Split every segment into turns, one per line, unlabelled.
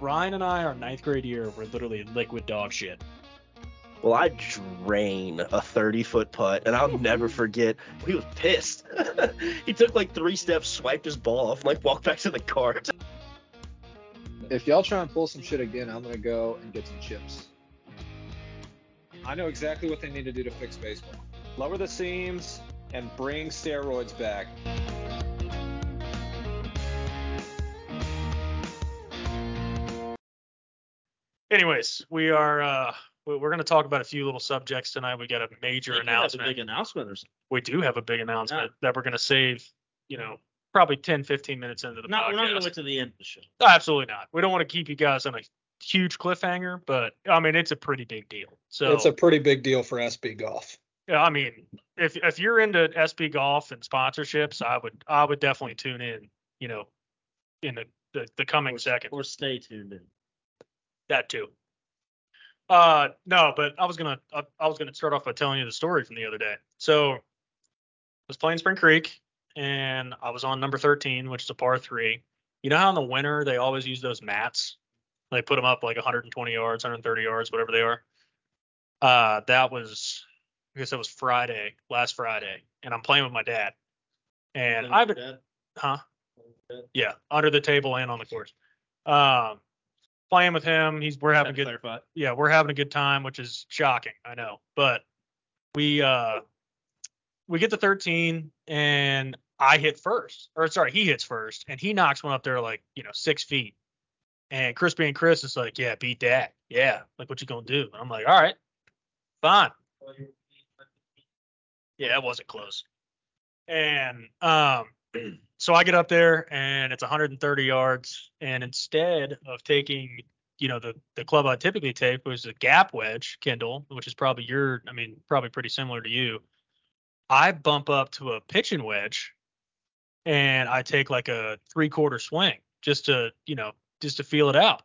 Ryan and I, our ninth grade year, were literally liquid dog shit.
Well, I drain a 30 foot putt, and I'll never forget. He was pissed. he took like three steps, swiped his ball off, and like walked back to the cart.
If y'all try and pull some shit again, I'm gonna go and get some chips. I know exactly what they need to do to fix baseball. Lower the seams and bring steroids back.
Anyways, we are uh we- we're going to talk about a few little subjects tonight. We got a major
You have a
announcement.
Big announcement or something.
we do have a big announcement that we're going to save, you know, probably 10 15 minutes into the
No,
podcast.
we're not going to wait to the end of the show.
Absolutely not. We don't want to keep you guys on a huge cliffhanger, but I mean it's a pretty big deal. So
it's a pretty big deal for SB Golf.
yeah, I mean, if if you're into SB golf and sponsorships, I would I would definitely tune in, you know, in the the, the coming second.
Or stay tuned in.
That too. Uh, no, but I was gonna I, I was gonna start off by telling you the story from the other day. So I was playing Spring Creek and I was on number 13, which is a par three. You know how in the winter they always use those mats? They put them up like 120 yards, 130 yards, whatever they are. Uh, that was I guess that was Friday, last Friday, and I'm playing with my dad. And I've been
That-
huh?
that-
Yeah, under the table and on the course. Um, playing with him, he's we're having a
that
good
clarify.
yeah we're having a good time, which is shocking, I know. But we uh we get to 13 and I hit first, or sorry, he hits first, and he knocks one up there like you know six feet. And Crispy and Chris is like, yeah, beat that, yeah, like what you gonna do? And I'm like, all right, fine. Yeah, it wasn't close. And um, so I get up there and it's 130 yards, and instead of taking you know the the club I typically take was a gap wedge, Kendall, which is probably your, I mean, probably pretty similar to you. I bump up to a pitching wedge, and I take like a three quarter swing just to you know just to feel it out.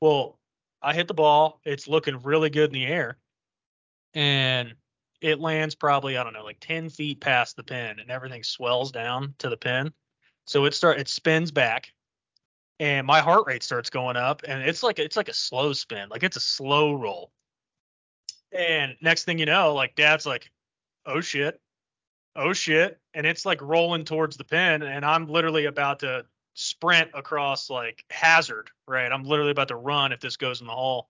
Well, I hit the ball. It's looking really good in the air, and it lands probably I don't know like ten feet past the pin, and everything swells down to the pin. So it start it spins back, and my heart rate starts going up, and it's like it's like a slow spin, like it's a slow roll. And next thing you know, like Dad's like, oh shit, oh shit, and it's like rolling towards the pin, and I'm literally about to sprint across like hazard, right? I'm literally about to run if this goes in the hole.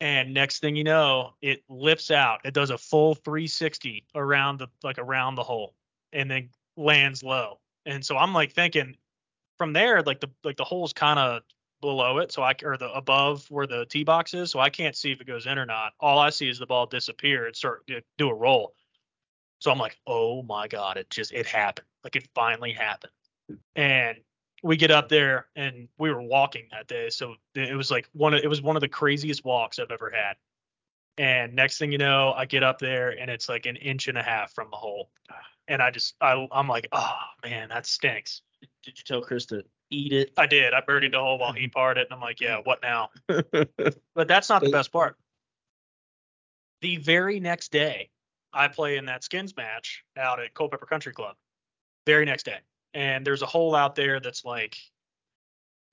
And next thing you know, it lifts out. It does a full 360 around the like around the hole and then lands low. And so I'm like thinking from there, like the like the hole's kind of below it, so I c- or the above where the tee box is, so I can't see if it goes in or not. All I see is the ball disappear and start you know, do a roll. So I'm like, oh my god, it just it happened. Like it finally happened. And we get up there and we were walking that day so it was like one of it was one of the craziest walks i've ever had and next thing you know i get up there and it's like an inch and a half from the hole and i just I, i'm like oh man that stinks
Did you tell Chris to eat it?
i did i birdied the hole while he parred it and i'm like yeah what now but that's not the
They-
best part the very next day i play in that skins match out at culpepper country club very next day and there's a hole out there that's like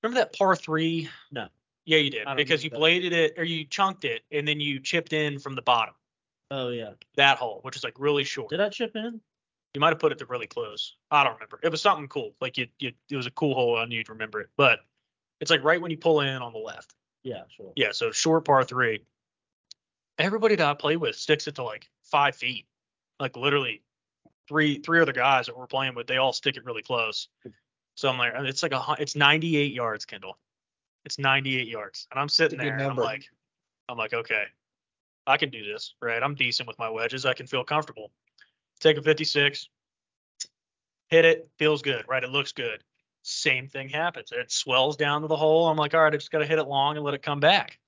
remember that par three
No.
yeah you did
I don't
because you
remember that.
bladed it or you chunked it and then you chipped in from the bottom
Oh, yeah.
that hole which is like really short
Did I chip in?
you might have put it to really close. I don't remember. It was something cool. Like you, you it was a cool hole. I knew you'd remember it. But it's like right when you pull in on the left.
Yeah, sure.
Yeah. So short par three. Everybody that I play with sticks it to like five feet. Like literally three three other guys that we're playing with, they all stick it really close. So I'm like, it's like a hun- it's 98 yards, Kendall. It's 98 yards, and I'm sitting
It's a
there
good
and I'm
number.
like, I'm like, okay, I can do this, right? I'm decent with my wedges. I can feel comfortable. Take a 56, hit it, feels good, right? It looks good. Same thing happens. It swells down to the hole. I'm like, all right, I just gotta hit it long and let it come back.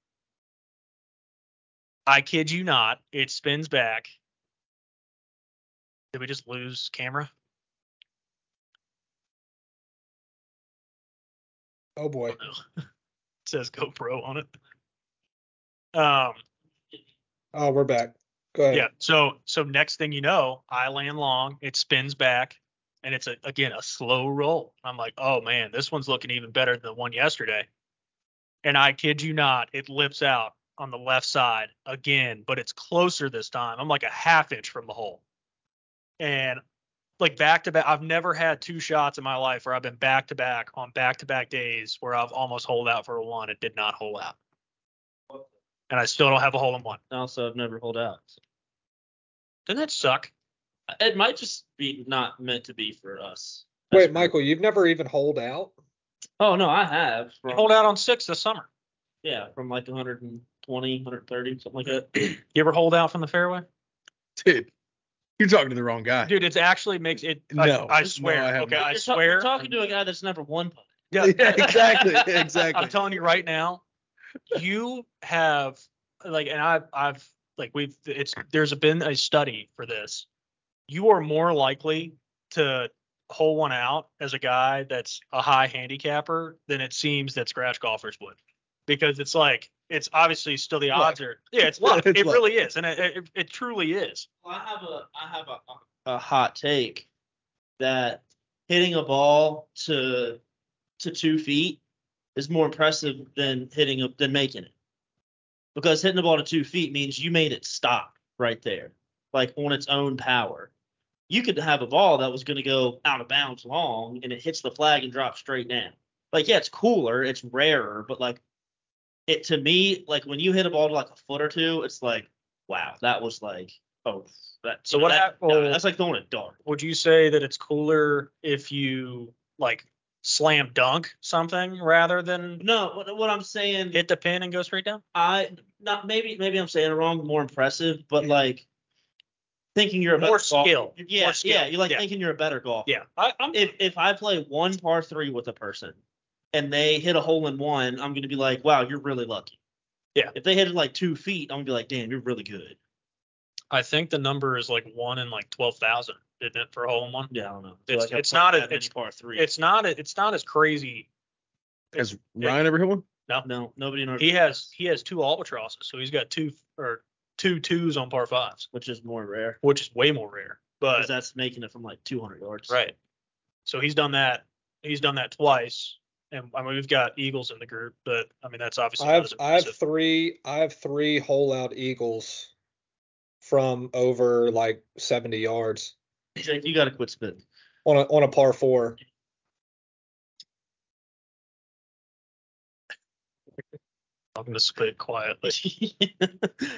I kid you not, it spins back. Did we just lose camera?
Oh boy.
No. it says GoPro on it. Um,
Oh, we're back. Go ahead.
yeah. So so next thing you know, I land long, it spins back, and it's a, again a slow roll. I'm like, oh man, this one's looking even better than the one yesterday. And I kid you not, it lips out on the left side again, but it's closer this time. I'm like a half inch from the hole. And like back to back, I've never had two shots in my life where I've been back to back on back to back days where I've almost holed out for a one and did not hole out. And I still don't have a hole in one.
Also, I've never holed out.
Doesn't that suck?
It might just be not meant to be for us.
Wait, Michael, you've never even holed out?
Oh no, I have.
I
From,
holed out on six this summer.
Yeah, from like 120, 130, something like that.
you ever hold out from the fairway?
Dude, you're talking to the wrong guy.
Dude, it's actually makes it.
No,
I, I
no,
swear.
I haven't.
okay, I
You're ta-
swear.
You're talking to a guy that's never won. putt.
Yeah, exactly. Exactly.
I'm telling you right now, you have like, and I've, I've like, we've, it's, there's been a study for this. You are more likely to hole one out as a guy that's a high handicapper than it seems that scratch golfers would, because it's like, it's obviously still the odds are, yeah, it's luck.
It's
it
luck.
really is, and it, it, it truly is.
Well, I have a I have a, a hot take that hitting a ball to to two feet is more impressive than hitting a, than making it because hitting the ball to two feet means you made it stop right there like on its own power. You could have a ball that was going to go out of bounds long and it hits the flag and drops straight down. Like yeah, it's cooler, it's rarer, but like it to me like when you hit a ball to like a foot or two, it's like wow, that was like Oh, that,
So
you know,
what
that-
hap-
no,
oh.
that's like throwing a dart.
would you say that it's cooler if you like slam dunk something rather than
No, what, what I'm saying,
hit the pin and go straight down?
I not maybe maybe I'm saying it wrong. More impressive, but
Mhm.
like thinking you're a
More
better golfer.
skill.
Yeah,
More skill.
yeah, you're like
Yeah.
thinking you're a better golfer.
Yeah, I, I'm.
If if I play one par three with a person and they hit a hole in one, I'm gonna be like, wow, you're really lucky.
Yeah.
If they hit it like two feet, I'm gonna be like, damn, you're really good.
I think the number is like one in like twelve thousand, isn't it, for a hole in one?
Yeah, I don't know.
It's-
I
it's
played
not a-
that many
it's-
par three.
It's not. It's not as crazy.
Has Ryan ever hit one?
no nobody in our
He has. He has two albatrosses, so he's got two or two twos on par fives,
which is more rare
which is way more rare. But
because that's making it from like 200 yards.
right. So he's done that. He's done that twice, and I mean we've got eagles in the group, but I mean that's obviously. not
I've
as
I've
impressive.
three I have three hole out eagles from over like 70 yards
Jake, you gotta quit spitting.
on a on a par four.
I'm gonna spit quietly.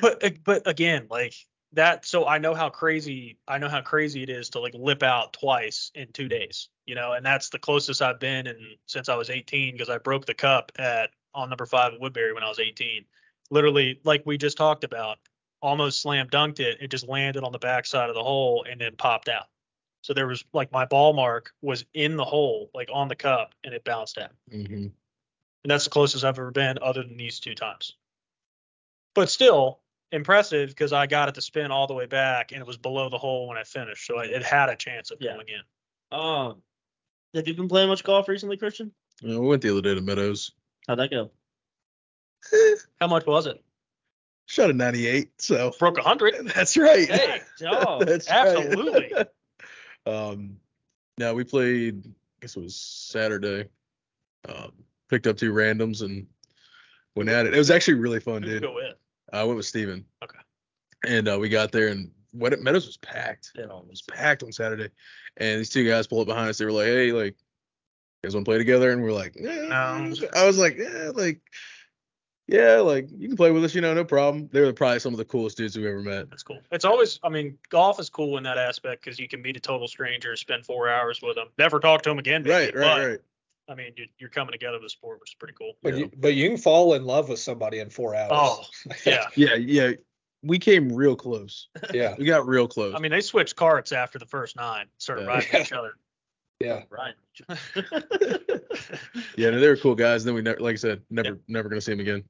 but uh, but again, like that. So I know how crazy I know how crazy it is to like lip out twice in two days. You know, and that's the closest I've been in since I was 18 because I broke the cup at on number five at Woodbury when I was 18. Literally, like we just talked about, almost slam dunked it. It just landed on the backside of the hole and then popped out. So there was like my ball mark was in the hole, like on the cup, and it bounced out. And that's the closest I've ever been, other than these two times. But still impressive because I got it to spin all the way back and it was below the hole when I finished. So it, it had a chance of
Yeah.
going in.
Um, have you been playing much golf recently, Christian?
Yeah, we went the other day to Meadows.
How'd that go?
How much was it?
Shot a 98, so
Broke 100.
that's right.
Hey, dog.
That's right.
absolutely.
um, no, we played. I guess it was Saturday. Um, picked up two randoms and went at it. It was actually really fun,
Who'd you
dude.
go with?
I went with Steven.
Okay.
And uh, we got there, and what Meadows was packed.
It
It
always
was packed on Saturday, and these two guys pulled up behind us. They were like, "Hey, like, you guys want to play together?" And we are like, eh.
No.
I was like, "Yeah, like, yeah, like, you can play with us, you know, no problem." They were probably some of the coolest dudes we've ever met.
That's cool. It's always, I mean, golf is cool in that aspect because you can meet a total stranger, spend four hours with them, never talk to them again. maybe,
Right,
but,
right, right.
I mean, you, you're coming together with a sport, which is pretty cool.
But
Yeah.
Yeah. you- but you can fall in love with somebody in four hours.
Oh, yeah.
Yeah, yeah. We came real close.
Yeah.
We got real close.
I mean, they switched carts after the first nine, started
Yeah.
riding each other.
yeah.
Right.
Yeah, no, they were cool guys. And then we never, like I said, never, never gonna see them again.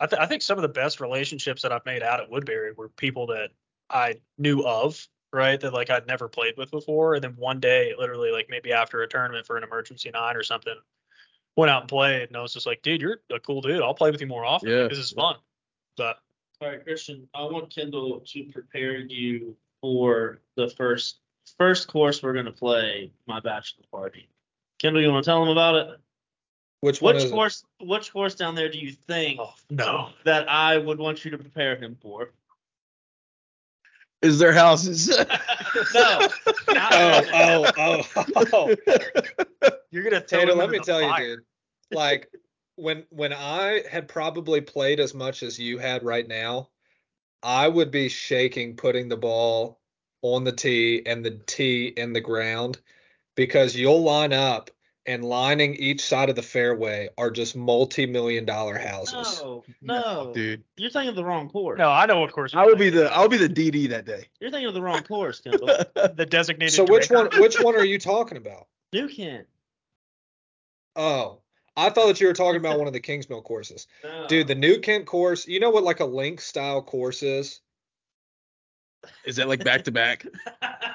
I, th- I think some of the best relationships that I've made out at Woodbury were people that I knew of, right? That like I'd never played with before. And then one day, literally, like maybe after a tournament for an emergency nine or something, went out and played. And I was just like, dude, you're a cool dude. I'll play with you more often.
Yeah.
This is fun. But
All right, Christian. I want Kendall to prepare you for the first first course we're gonna play, my bachelor party. Kendall, you want to tell him about it?
Which one?
Which
is it?
course? Which course down there do you think
oh, No.
that I would want you to prepare him for?
Is there houses?
no. not-
oh, oh, oh.
You're gonna throw
Taylor,
him
let
in
me
the
tell
fire.
you, dude. Like when when I had probably played as much as you had right now, I would be shaking putting the ball on the tee and the tee in the ground because you'll line up and lining each side of the fairway are just multi-million dollar houses.
Oh.
No, no,
dude.
you're thinking of the wrong course.
No, I know what course.
Oh. I will be the I'll be the DD that day.
You're thinking of the wrong course, Kendall.
the designated.
So which one
director.
which one are you talking about?
New can.
Oh, I thought that you were talking about one of the Kingsmill courses. Dude, the New Kent course, you know what like a link style course is?
Is that like back to back?
I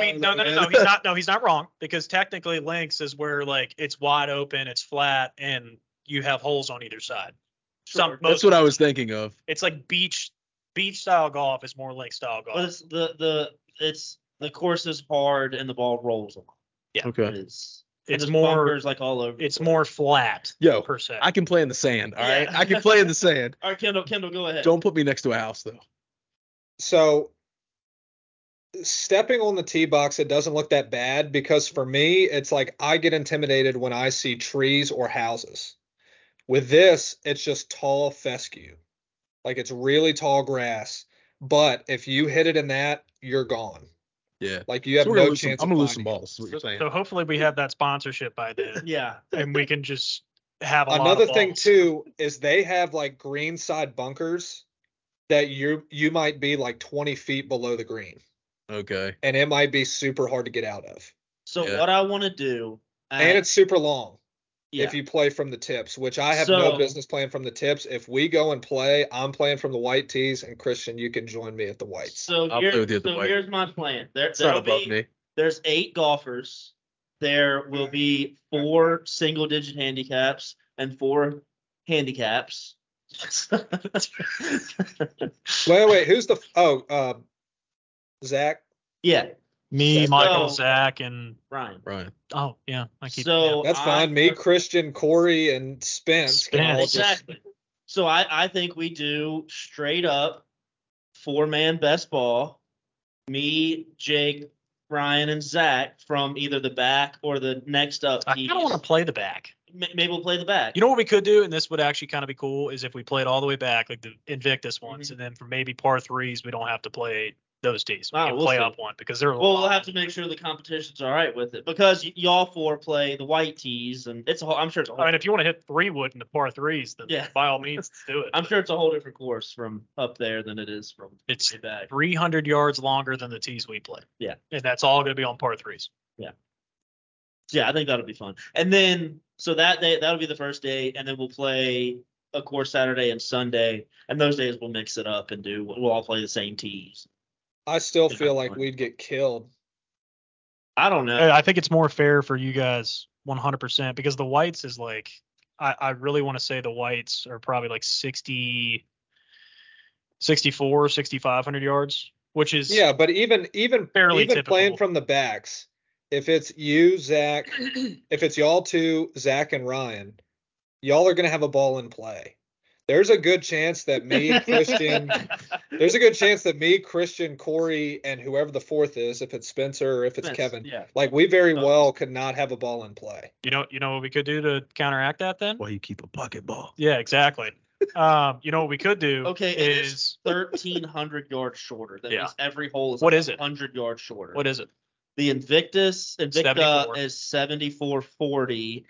mean, no, no, no, no. He's not. No, he's not wrong because technically, links is where like it's wide open, it's flat, and you have holes on either side. Some most.
That's what I was thinking of.
It's like beach, beach style golf is more link style golf.
But it's the the it's the course is hard and the ball rolls a lot.
Okay.
It's
It's
there's
more-
bunkers, like all over. the
It's
place.
more flat
Oh,
Yo,
per se.
I can play in the sand. All right,
Yeah.
I can play in the sand.
All right, Kendall, Kendall, go ahead.
Don't put me next to a house though.
So stepping on the tee box, it doesn't look that bad because for me, it's like I get intimidated when I see trees or houses. With this, it's just tall fescue. Like it's really tall grass. But if you hit it in that, you're gone.
Yeah.
Like you have
So we're gonna
no
lose some-
chance.
I'm
of
gonna lose some
finding it.
balls. is what you're saying.
so hopefully we have that sponsorship by then,
Yeah.
and we can just have a lot
Another
of
thing
balls.
too is they have like green side bunkers that you you might be like 20 feet below the green
Okay.
and it might be super hard to get out of.
So
Yeah.
what I want to do,
and it's super long
Uh, yeah,
if you play from the tips, which I have no
So-
business playing from the tips. If we go and play, I'm playing from the white tees, and Christian, you can join me at the whites.
so
I'll
here,
play with you at the
so
white.
here's my plan. There,
It's not
there'll
above
be
me.
there's eight golfers. There will be four single digit handicaps and four handicaps.
Wait, wait, who's the? Oh, uh, Zach.
yeah,
Me, Michael,
So-
Zach, and
Ryan.
Ryan.
oh yeah, I keep.
So
That's
I-
fine. me, Christian, Corey, and Spence. can all just-
Exactly. So I, I think we do straight up four man best ball. Me, Jake, Ryan, and Zach from either the back or the next up.
I kind of want to play the back.
to. Maybe we'll play the back.
You know what we could do, and this would actually kind of be cool, is if we played all the way back, like the Invictus ones, and then for maybe par threes, we don't have to play those tees. We
Wow,
can
we'll
play
see.
up one because they're. a
well,
lot.
we'll have to make sure the competition's all right with it because y- y'all four play the white tees, and it's a whole. I'm sure it's a whole.
I mean, if you want to hit three wood in the par threes, then
Yeah.
by all means, let's do it.
I'm sure it's a whole different course from up there than it is from
It's
way back.
300 yards longer than the tees we play.
Yeah.
And that's all going to be on par threes.
Yeah, I think that'll be fun. And then so that day that'll be the first day, and then we'll play of course Saturday and Sunday, and those days we'll mix it up and do we'll all play the same tees.
I still
Yeah,
feel like
fine.
we'd get killed.
I don't know.
I think it's more fair for you guys 100% because the whites is like, I, I really want to say the whites are probably like 60, 64, 6,500 yards, which is
Yeah, but even even
Fairly
even playing
typical.
from the backs, if it's you, Zach, if it's y'all two, Zach and Ryan, y'all are gonna have a ball in play. There's a good chance that me, Christian, There's a good chance that me, Christian, Corey, and whoever the fourth is, if it's Spencer or if it's
That's-
Kevin,
Yeah.
like we very
Oh.
well could not have a ball in play.
You know, you know what we could do to counteract that then?
Why you keep a pocket ball?
Yeah, exactly. um, you know what we could do
Okay, it is-
is
Thirteen hundred yards shorter. That
Yeah.
means every hole is
What is it?
Hundred yards shorter.
what is it?
the Invictus Invicta
74.
is seventy four forty,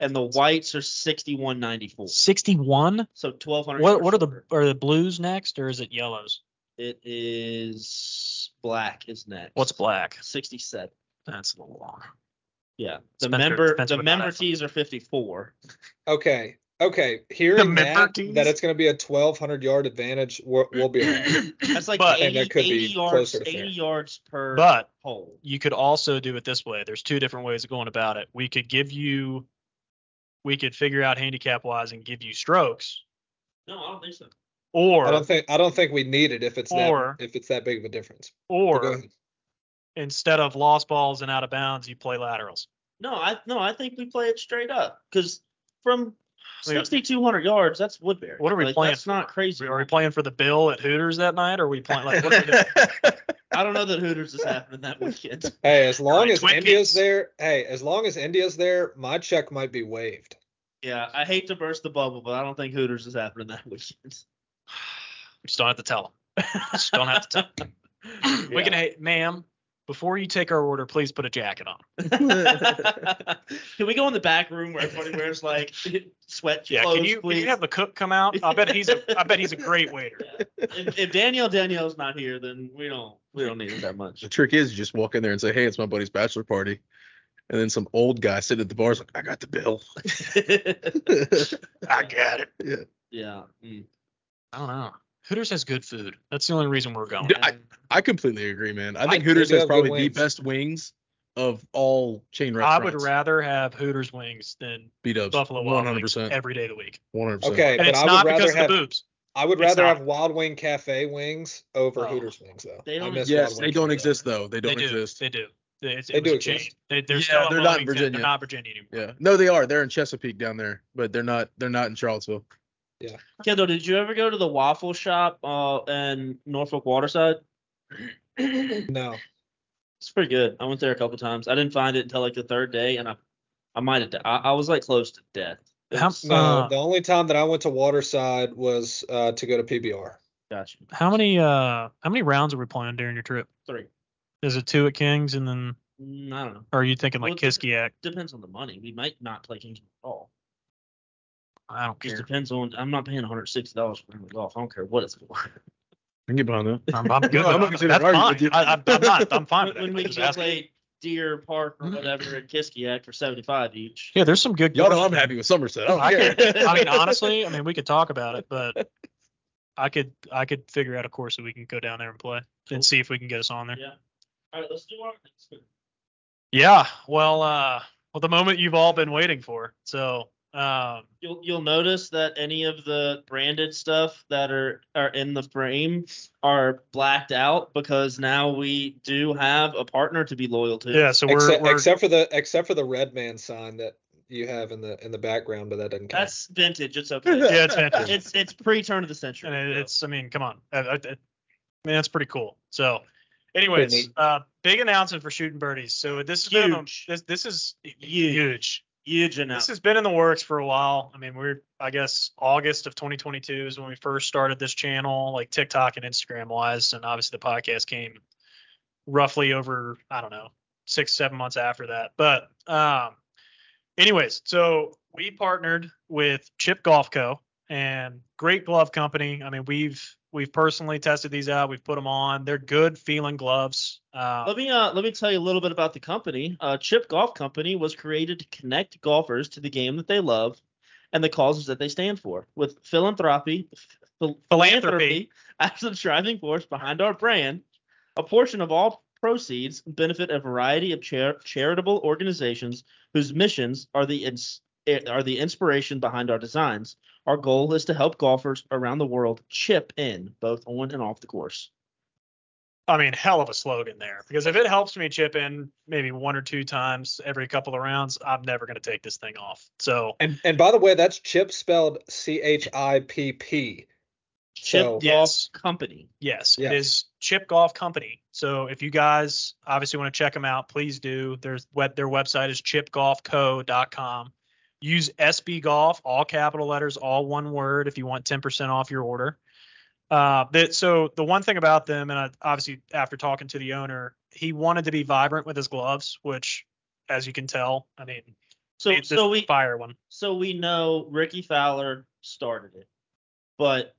and the whites are sixty one ninety four.
61?
So twelve hundred.
What what are the are the blues next or is it yellows?
It is black is next.
What's black?
67.
That's a little long.
Yeah. The
Spencer-
member
Spencer
the
would not
member
have fun.
tees are 54.
Okay. Okay. Hearing
The
that,
Memphertees?
that it's going to be a 1,200 yard advantage, we'll, we'll be all right.
That's like
But-
80,
And that could
80
be
yards
closer to
80
fair.
yards per
But
hole.
you could also do it this way. There's two different ways of going about it. We could give you we could figure out handicap wise and give you strokes
No, I don't think so.
I
or
don't think I don't think we need it if it's
Or-
that if it's that big of a difference. But go
or
ahead.
instead of lost balls and out of bounds, you play laterals.
No, I no, I think we play it straight up cuz from
Yeah.
6,200 yards, that's Woodbury.
What are we
Like,
playing
That's not crazy.
Are we playing for the bill at Hooters that night? Or are we playing like what are we doing?
I don't know that Hooters is happening that weekend.
Hey, as long
Like
as
Twin
India's
Peaks.
there, hey, as long as India's there, my check might be waived.
Yeah, I hate to burst the bubble, but I don't think Hooters is happening that weekend.
Just don't have to tell them. Just don't have to tell. 'em. We can, hey, ma'am, before you take our order, please put a jacket on.
can we go in the back room where everybody wears like sweat
Yeah,
clothes,
can you, can
please?
you have the cook come out? I bet he's a I bet he's a great waiter.
if, if Danielle Danielle's not here, then we don't we don't need it that much.
the trick is you just walk in there and say, "Hey, it's my buddy's bachelor party," and then some old guy sitting at the bar is like, "I got the bill."
I got it.
yeah. mm.
I don't know. Hooters has good food. That's the only reason we're going.
D- I, I completely agree, man. I think
I-
Hooters
they do
has
have good
probably the
wings.
best wings of all chain
I
restaurants.
would rather have Hooters wings than
beat ups.
Buffalo Wild
One hundred
Wings
percent.
every day of the week.
One hundred percent.
Okay,
And
but
it's
I
not
would
because
rather
of the
have
boobs.
I would
It's
rather
not.
have Wild Wing Cafe wings over
Oh.
Hooters wings though.
They
I
don't
miss
Yes,
Wild
they
Wing
don't
Cafe.
exist though. They don't
they do.
exist.
They do. They, it's,
They
it
do
was a
exist.
chain. They, they're
Yeah,
still
they're
in
not
Wilmington.
in Virginia.
They're not Virginia anymore.
Yeah. No, they are. They're in Chesapeake down there, but they're not. They're not in Charlottesville.
Kendall, did you ever go to the waffle shop uh in Norfolk Waterside? it's
No.
pretty good. I went there a couple times. I didn't find it until like the third day, and I I might have di- I, I was like close to death. It
How-
was-
No,
Uh,
the only time that I went to Waterside was uh, to go to PBR.
gotcha.
How many uh how many rounds were we playing during your trip?
Three.
Is it two at Kings and then
Mm, I don't know.
or are you thinking like
Well, it's-
Kiskiak?
Depends on the money. We might not play games at all.
I don't
Just
care.
depends on. I'm not paying 160 dollars for the golf. I don't care what it's for.
I can get behind that.
I'm, I'm good.
I'm not
with that.
gonna sit
That's
there and argue
fine.
with you.
I, I'm, I'm not. I'm fine with that.
when we
I'm just
can
asking. Mm-hmm.
play Deer Park or whatever at Kiskiak for 75 each.
Yeah, there's some good.
Y'all know
courses.
I'm happy with Somerset. I
Oh,
don't
I
care.
could. I mean, honestly, I mean, we could talk about it, but I could I could figure out a course that we can go down there and play and see if we can get us on there.
Yeah. All right, let's do our next one.
Yeah. Well, uh, well, the moment you've all been waiting for. So, um,
You'll you'll notice that any of the branded stuff that are are in the frame are blacked out because now we do have a partner to be loyal to.
yeah. So we're
except,
we're
except for the except for the red man sign that you have in the in the background, but that doesn't count.
That's vintage. It's okay.
yeah, it's fantastic.
It's it's pre turn of the century.
and it,
so.
it's I mean, come on, I, I, I I mean that's pretty cool. So, anyways,
neat.
uh, big announcement for shooting birdies. So this is
Huge.
This this is
Huge.
huge.
huge enough.
This has been in the works for a while. I mean, we're I guess August of 2022 is when we first started this channel, like TikTok and Instagram wise, and obviously the podcast came roughly over I don't know six seven months after that. But um, anyways, so we partnered with Chip Golf Co. and great glove company. I mean, we've we've personally tested these out. We've put them on. They're good feeling gloves. Uh,
Let me uh, let me tell you a little bit about the company. Uh, Chip Golf Company was created to connect golfers to the game that they love and the causes that they stand for. With philanthropy, ph-
Philanthropy.
as the driving force behind our brand, a portion of all proceeds benefit a variety of char- charitable organizations whose missions are the ins- eh, are the inspiration behind our designs. Our goal is to help golfers around the world chip in both on and off the course.
I mean, hell of a slogan there. Because if it helps me chip in maybe one or two times every couple of rounds, I'm never going to take this thing off. So
and and by the way, that's Chip spelled C H I P P.
Chip
So-
Golf
Yes.
Company.
Yes,
Yeah.
it is Chip Golf Company. So if you guys obviously want to check them out, please do. There's web their website is chipgolfco.com. Use SB Golf, all capital letters, all one word, if you want 10% off your order. Uh, that so the one thing about them, and I, obviously after talking to the owner, he wanted to be vibrant with his gloves, which, as you can tell, I mean,
So
it's
so we
fire one.
so we know Ricky Fowler started it, but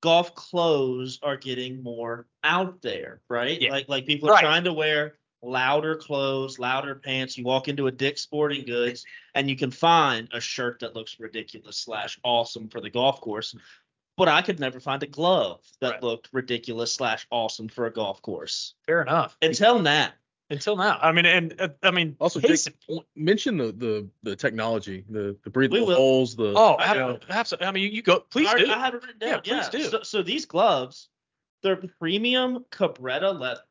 golf clothes are getting more out there, right?
Yeah.
Like like people are
Right.
trying to wear louder clothes, louder pants. You walk into a Dick's Sporting Goods and you can find a shirt that looks ridiculous slash awesome for the golf course. But I could never find a glove that
Right.
looked ridiculous slash awesome for a golf course
Fair enough.
until now.
Until now, I mean, and uh, I mean,
Also,
case
Jake-
in point-
Mention the the the technology, the the breathable
will.
holes, the
Oh,
I know.
absolutely. I mean, you, you go. Please
I,
do.
I had it written down.
Yeah,
Yeah,
please do.
So, so these gloves, they're premium Cabretta leather.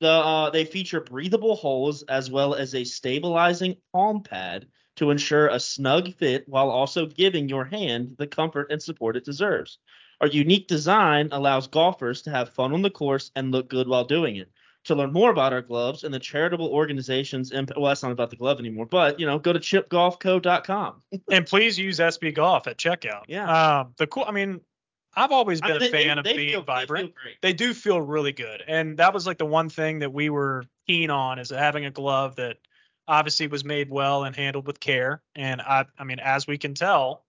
The uh, they feature breathable holes as well as a stabilizing palm pad to ensure a snug fit while also giving your hand the comfort and support it deserves. Our unique design allows golfers to have fun on the course and look good while doing it. To learn more about our gloves and the charitable organizations, imp- well, that's not about the glove anymore, but you know, go to chipgolfco.com.
and please use SB Golf at checkout.
Yeah.
Um, the cool. I mean, I've always been
I mean, they-
a fan
they-
of
they
being
feel- they
vibrant.
feel great.
they do feel really good. And that was like the one thing that we were keen on is having a glove that obviously was made well and handled with care. And I, I mean, as we can tell,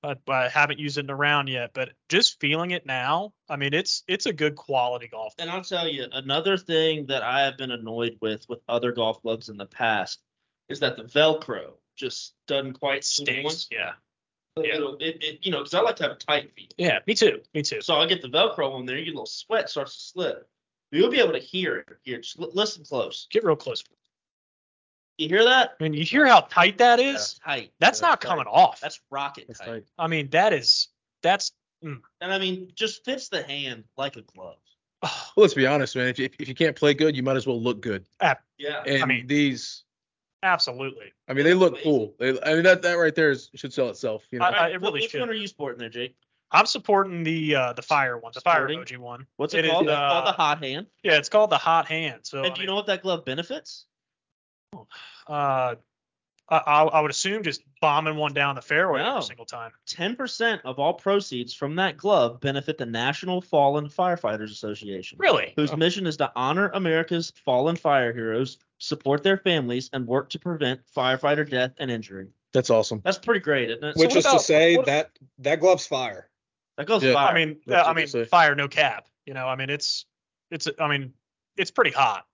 but but I haven't used it in a round yet. But just feeling it now, I mean, it's it's a good quality golf.
And I'll tell you another thing that I have been annoyed with with other golf clubs in the past is that the Velcro just doesn't quite
Stinks. Yeah.
Yeah. It, it, you know, because I like to have a tight feet.
Yeah. Me too. Me too.
So I get the Velcro on there, you get a little sweat starts to slip. You'll be able to hear it here. Just l- listen close.
Get real close.
You hear that?
I mean, you hear how tight that is.
That's tight.
That's not
tight.
coming off.
That's rocket
That's
tight.
tight.
I mean, that is that's.
And I mean, just fits the hand like a glove.
oh,
Well, let's be honest, man. If you, if you can't play good, you might as well look good.
Yeah.
And
mean-
these,
absolutely.
I mean, they look cool. They, I mean, that that right there is, should sell itself. You know,
I- it really
Which
should.
one are you sporting there, Jake?
I'm supporting the uh the fire one, the fire
Sporting?
emoji one.
What's
It
it,
is,
called? It's called
uh,
the hot hand.
Yeah, it's called the hot hand. So
and
I
do you know what that glove benefits?
mean, uh, I, I I would assume just bombing one down the fairway
No.
every single time.
10% of all proceeds from that glove benefit the National Fallen Firefighters Association,
Really?
whose mission is to honor America's fallen fire heroes, support their families, and work to prevent firefighter death and injury.
that's awesome.
That's pretty great, isn't it?
Which
what
is to
about-
say
what-
that that glove's fire.
that goes
Yeah.
fire.
I mean, uh,
That's
I
what they
mean,
say.
fire no cap. You know, I mean, it's it's I mean, it's pretty hot.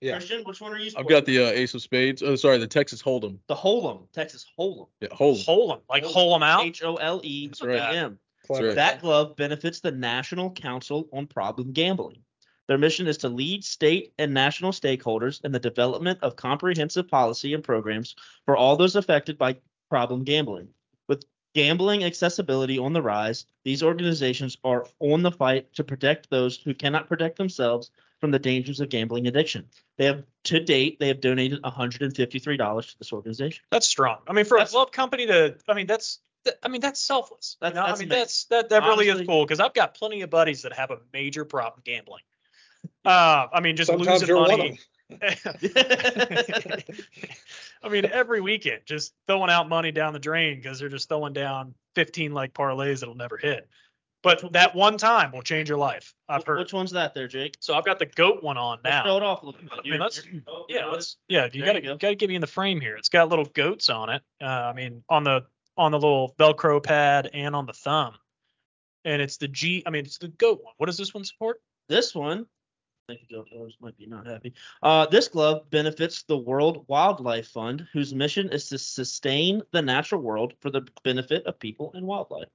yeah.
Christian, which one are you?
I've got the uh, Ace of Spades. Oh, sorry, the Texas Hold'em.
the Hold'em, Texas Hold'em.
Yeah, Hold'em.
Hole 'em,
Oh,
like hole 'em out.
H O L E
That's
M.
right. right.
That glove benefits the National Council on Problem Gambling. Their mission is to lead state and national stakeholders in the development of comprehensive policy and programs for all those affected by problem gambling. With gambling accessibility on the rise, these organizations are on the fight to protect those who cannot protect themselves from the dangers of gambling addiction. They have to date, they have donated $153 to this organization.
That's strong. I mean, for a
That's-
glove company to, I mean, that's. that- I mean that's selfless. you
That's-
know?
that's
I mean
amazing.
that's that that really
Honestly-
is cool because I've got plenty of buddies that have a major problem gambling. Uh, I mean just
Sometimes
losing
you're
money.
one of them.
I mean, every weekend, just throwing out money down the drain because they're just throwing down 15 like parlays that'll never hit. But that one time will change your life. I've
Wh-
heard.
Which one's that there, Jake?
So I've got the goat one on
Let's throw
now.
it off a little bit. You're-
let's-
you're- oh,
Yeah,
no,
let's. Yeah, you
There
gotta
you go.
gotta get me in the frame here. It's got little goats on it. Uh, I mean, on the on the little Velcro pad and on the thumb. And it's the G. I mean, it's the goat one. What does this one support?
This one, I think the Goat Dogs might be not happy. Uh, this glove benefits the World Wildlife Fund, whose mission is to sustain the natural world for the benefit of people and wildlife.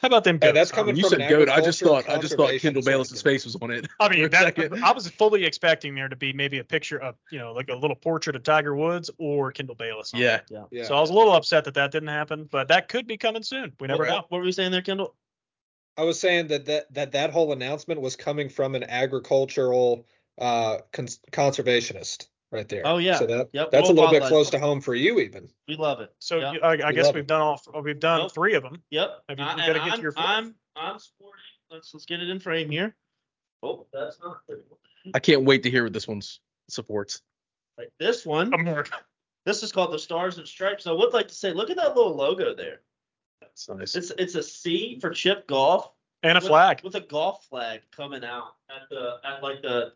How about them goats?
Hey, that's
huh?
When
coming
you
from an
said goat, I just
agriculture
thought I just thought
conservation
Kendall Bayless's
standpoint.
face was on it.
I mean,
for a
that,
second.
I was fully expecting there to be maybe a picture of, you know, like a little portrait of Tiger Woods or Kendall Bayless. on
Yeah.
it.
Yeah.
So I was a little upset that that didn't happen, but that could be coming soon. We never
what,
know.
what were you saying there, Kendall?
I was saying that that that, that whole announcement was coming from an agricultural uh, cons- conservationist right there.
Oh, yeah.
So that,
Yep,
that's a
World
little bit
Wildlife
close to
Fund.
home for you even.
We love it.
So
yep.
you- I, I guess
love
we've
it.
done all, well, we've done
Nope.
three of them.
yep.
Have you-
I-
you gotta
and
get to your
I'm, I'm I'm sporting. Let's let's get it in frame here. Oh, that's not good.
I can't wait to hear what this one supports.
Like this one.
America.
This is called the Stars and Stripes. I would like to say, look at that little logo there.
That's nice.
It's it's a C for Chip Golf.
And a
with-
flag.
with a golf flag coming out at the at like the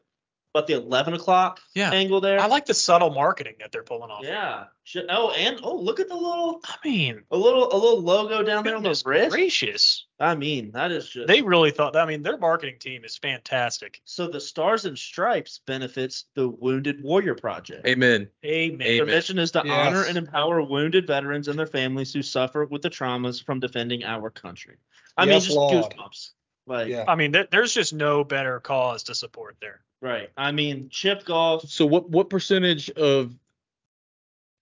about the eleven o'clock
Yeah.
angle there.
I like the subtle marketing that they're pulling off.
yeah. Shit. Oh, and oh, look at the little
I mean,
a little a little logo down there on the
goodness
wrist.
gracious.
I mean, that is just
They really thought that. I mean, their marketing team is fantastic.
so the Stars and Stripes benefits the Wounded Warrior Project.
Amen.
Amen.
Amen.
Their mission is to honor
Yes.
and empower wounded veterans and their families who suffer with the traumas from defending our country. I mean,
Yes,
just
Lord.
goosebumps. Like,
Yeah.
I mean, there, there's just no better cause to support there.
right. I mean, Chip Golf,
So what what percentage of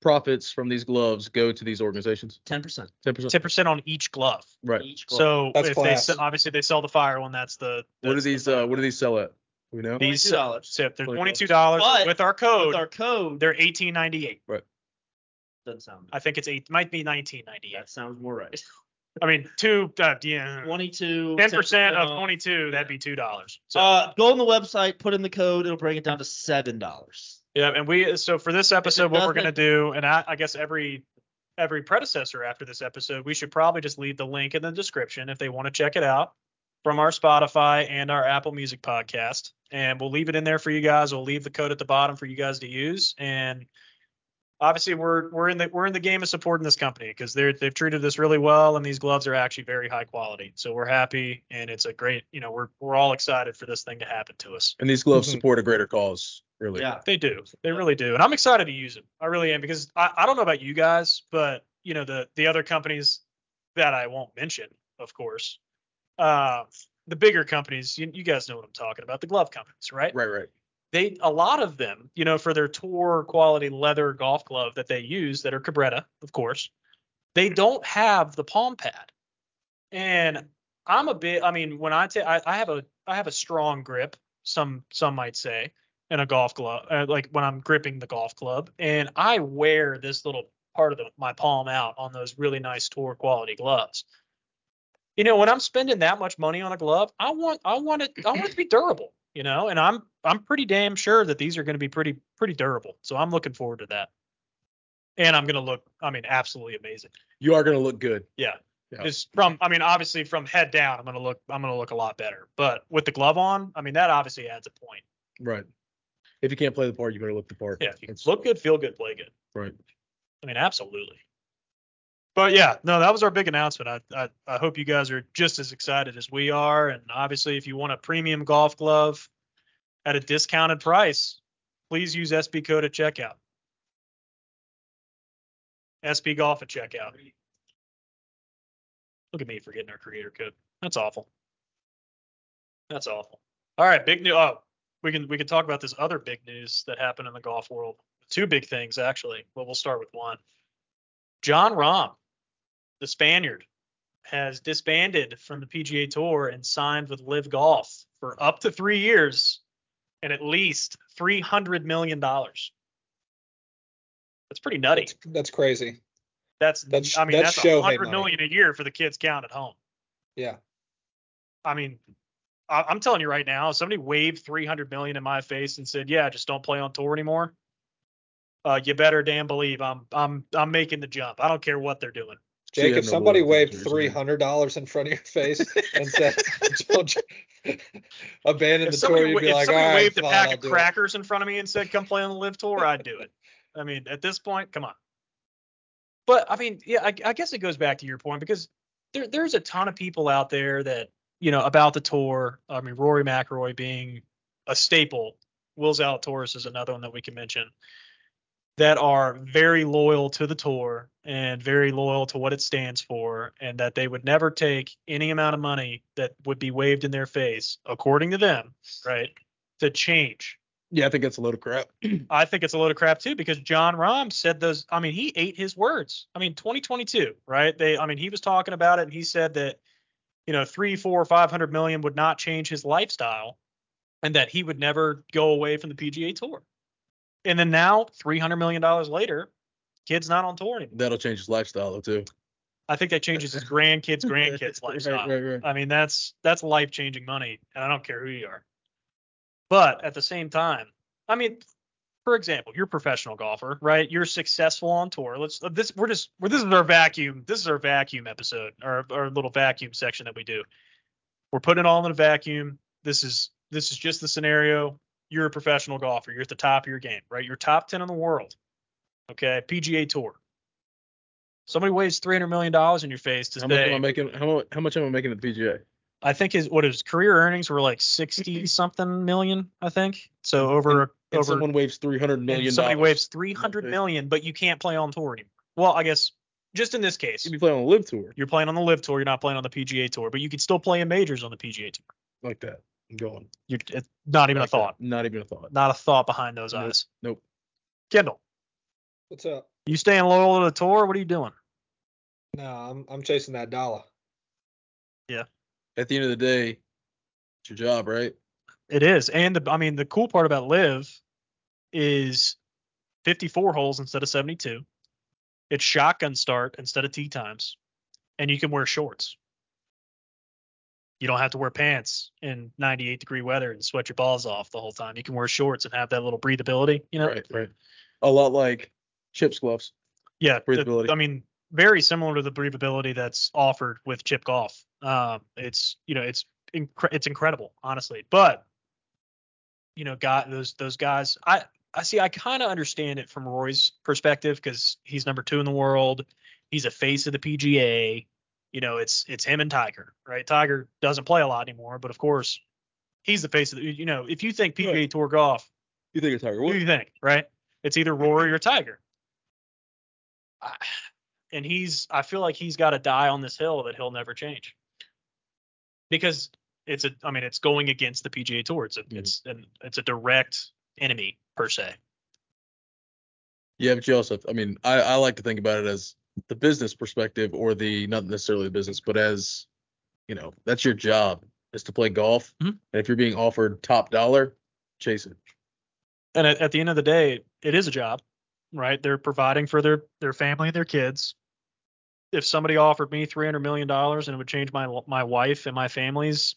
profits from these gloves go to these organizations?
10%.
Ten percent.
10% on each glove.
Right.
Each glove.
So
That's
if they
class.
se- obviously they sell the fire one, that's the.
What do
that's
these
the-
uh what do these sell at? Do We know.
These
$22.
so they're
Like
twenty two dollars
But
with our code.
with our code,
they're eighteen ninety eight.
Doesn't sound.
I think it's eight. Might be 1998.
that sounds more right.
I mean, two. Uh, yeah.
Twenty-two.
Ten percent of
off.
twenty-two, that'd be two dollars. So
Uh, go on the website, put in the code. It'll bring it down to seven dollars.
yeah, and we so for this episode, what we're gonna
doesn't-
do, and I, I guess every every predecessor after this episode, we should probably just leave the link in the description if they want to check it out from our Spotify and our Apple Music podcast, and we'll leave it in there for you guys. We'll leave the code at the bottom for you guys to use, and obviously we're we're in the we're in the game of supporting this company because they're they've treated this really well and these gloves are actually very high quality so we're happy and it's a great you know we're we're all excited for this thing to happen to us
And these gloves
Mhm.
support a greater cause, really.
Yeah.
they do they really do and i'm excited to use them i really am because i, I don't know about you guys but you know the the other companies that i won't mention of course uh, the bigger companies you, you guys know what i'm talking about the glove companies right
Right, right.
they a lot of them, you know, for their tour quality leather golf glove that they use that are Cabretta, of course, they don't have the palm pad. And I'm a bit I mean, when I ta- I I have a I have a strong grip, some some might say, in a golf glove, uh, like when I'm gripping the golf club, and I wear this little part of the, my palm out on those really nice tour quality gloves. You know, when I'm spending that much money on a glove, I want I want it I want it to be durable, you know, and I'm I'm pretty damn sure that these are going to be pretty pretty durable. So I'm looking forward to that. And I'm going to look I mean absolutely amazing.
You are gonna look good. Yeah.
Just from I mean obviously from head down I'm going to look I'm going to look a lot better. But with the glove on, I mean that obviously adds a point.
Right. If you can't play the part, you better look the part.
Yeah, if you
That's
look good, feel good, play good.
Right.
I mean, absolutely. But yeah, no, that was our big announcement. I, I I hope you guys are just as excited as we are. And obviously, if you want a premium golf glove at a discounted price, please use SB code at checkout. SB golf at checkout. Look at me for getting our creator code. That's awful. That's awful. All right, big new. Oh, we can we can talk about this other big news that happened in the golf world. Two big things actually, but we'll start with one. John Rahm, the Spaniard, has disbanded from the PGA Tour and signed with Live Golf for up to three years and at least three hundred million dollars. That's pretty nutty.
That's, that's crazy.
That's,
that's-
I mean
that's
that's,
show
a
hay
hundred
money.
million a year for the kids count at home.
Yeah.
I mean, I, I'm telling you right now, if somebody waved 300 million in my face and said, "Yeah, just don't play on tour anymore." Uh, you better damn believe I'm I'm I'm making the jump. I don't care what they're doing.
So you
Jake,
have
if
no
somebody
loyalty
waved
to your
three
team.
hundred dollars in front of your face and said, "Don't you- abandon
If
the
somebody,
tour," you'd
wa-
be
if
like, "All
somebody
right,
waved
fine,
a
I'll
pack of
do it."
crackers in front of me and said, "Come play on the live tour," I'd do it. I mean, at this point, come on. But I mean, yeah, I, I guess it goes back to your point because there, there's a ton of people out there that you know about the tour. I mean, Rory McIlroy being a staple. Will Zalatoris is another one that we can mention that are very loyal to the tour and very loyal to what it stands for, and that they would never take any amount of money that would be waved in their face, according to them, right, to change.
Yeah, I think that's a load of crap.
I think it's a load of crap too because John Rahm said those. I mean, he ate his words. I mean, 2022, right? They, I mean, he was talking about it and he said that, you know, three, four, five hundred million would not change his lifestyle, and that he would never go away from the PGA Tour. And then now, three hundred million dollars later, kid's not on tour anymore.
That'll change his lifestyle though too.
I think that changes his grandkids' grandkids'
Right,
lifestyle.
Right, right,
I mean, that's that's life changing money, and I don't care who you are. But at the same time, I mean, for example, you're a professional golfer, right? You're successful on tour. Let's uh, this we're just we're this is our vacuum. This is our vacuum episode, our our little vacuum section that we do. We're putting it all in a vacuum. This is this is just the scenario. You're a professional golfer. You're at the top of your game, right? You're top ten in the world. Okay, PGA Tour. Somebody weighs three hundred million dollars in your face to
How much
say,
am I making? How, mu- how much am I making at the PGA?
I think his what his career earnings were like sixty something million, I think. So over
And
over
someone waves three hundred
and
million.
somebody
dollars.
waves three hundred
Okay.
million, but you can't play on tour anymore. Well, I guess just in this case,
You'd be playing on the live tour
you're playing on the Live Tour, you're not playing on the PGA Tour, but you could still play in majors on the PGA Tour.
like that. I'm going.
You're it's not even a
Like that.
thought,
Not even a thought.
not a thought behind those
Nope.
eyes.
Nope.
Kendall,
What's up?
you staying loyal to the tour? What are you doing?
No, I'm I'm chasing that dollar.
At the end of the day, it's your job, right?
It is, and the I mean the cool part about Live is fifty four holes instead of seventy two. It's shotgun start instead of tee times, and you can wear shorts. You don't have to wear pants in 98 degree weather and sweat your balls off the whole time. You can wear shorts and have that little breathability. You know,
Right, right. A lot like chips gloves.
yeah, the-
breathability.
I mean, very similar to the breathability that's offered with chip golf. Um, it's you know, it's incre- it's incredible, honestly. But you know, got those those guys. I I see. I kind of understand it from Roy's perspective because he's number two in the world. He's a face of the PGA. You know, it's it's him and Tiger, right? Tiger doesn't play a lot anymore, but of course, he's the face of the. You know, if you think PGA
Right.
Tour golf,
You think of Tiger
who do
Woods?
you think? Right? It's either Rory or Tiger. I, and he's, I feel like he's got to die on this hill that he'll never change. Because it's a, I mean, it's going against the PGA Tour. It's a,
Mhm.
it's an, it's a direct enemy per se.
Yeah, but you also, I mean, I, I like to think about it as the business perspective or the, not necessarily the business, but as, you know, that's your job is to play golf.
Mhm.
And if you're being offered top dollar, chase it.
And at, at the end of the day, it is a job, right? They're providing for their their family and their kids. If somebody offered me three hundred million dollars and it would change my my wife and my family's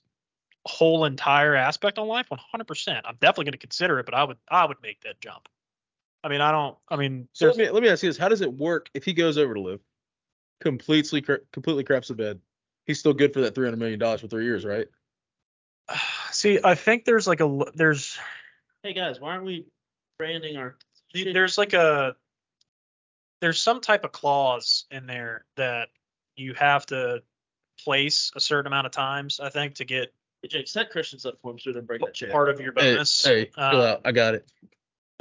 whole entire aspect on life, one hundred percent, I'm definitely going to consider it. But I would I would make that jump. I mean, I don't. I mean,
So let
there's-
me, let me ask you this. How does it work if he goes over to live, completely, cra- completely craps the bed? He's still good for that $300 million for three years, right?
see, I think there's like a l- there's
Hey guys, why aren't we branding our? shit?
there's like a there's some type of clause in there that you have to place a certain amont of times, I think, to get
Jake set Christian's up for him so they break that chair.
part of your
Hey,
bonus.
hey, chill
Uh,
out. I got it.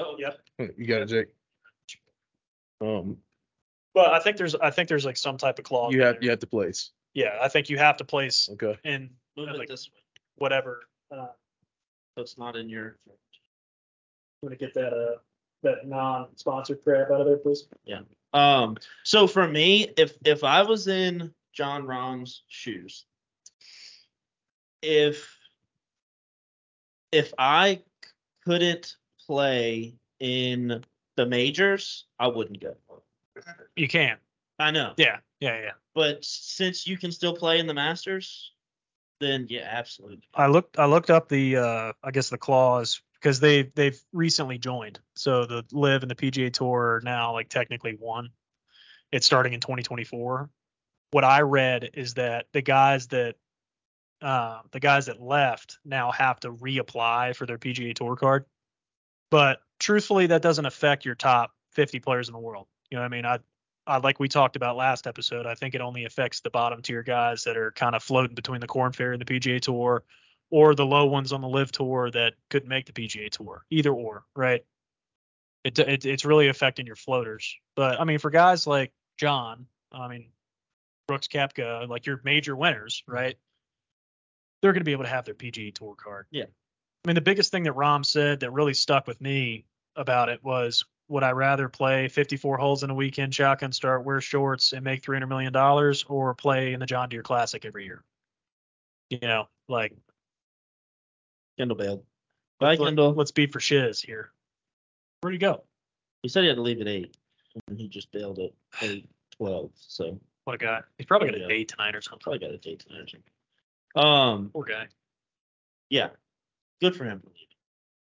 Oh
yep.
You got it, Jake. Um,
But I think there's I think there's like some type of clause.
you
in
have
there.
you have to place.
yeah. I think you have to place
Okay.
in
Move it
like
this way
whatever. Uh,
so it's not in your.
I'm gonna get that uh that non-sponsored crap out of there, please.
Um. So for me, if if I was in John Rahm's shoes, if if I c- couldn't play in the majors, I wouldn't go.
You can.
I know,
Yeah. Yeah. Yeah.
but since you can still play in the Masters, then yeah, absolutely.
I looked I looked up the uh I guess the clause because they they've recently joined. So the Live and the PGA Tour are now like technically one. It's starting in 2024. What I read is that the guys that uh, the guys that left now have to reapply for their PGA Tour card. But truthfully, that doesn't affect your top 50 players in the world. You know what I mean? I I like we talked about last episode. I think it only affects the bottom tier guys that are kind of floating between the Corn Fair and the PGA Tour or the low ones on the live tour that couldn't make the PGA tour. Either or, right? It, it it's really affecting your floaters. But I mean, for guys like John, I mean Brooks Kepka, like your major winners, right? They're going to be able to have their PGA tour card.
Yeah.
I mean, the biggest thing that Rom said that really stuck with me about it was, would I rather play 54 holes in a weekend shotgun start, wear shorts, and make 300 million dollars, or play in the John Deere Classic every year? You know, like
Kendall bailed. Bye,
let-
Kendall.
Let's be for shiz here. Where'd he go?
He said he had to leave at eight, and he just bailed at eight twelve. So
What a guy. He's probably got a
Yeah.
date tonight or something.
probably got a date tonight. I think. Um.
Poor guy.
yeah, good for him. for leaving.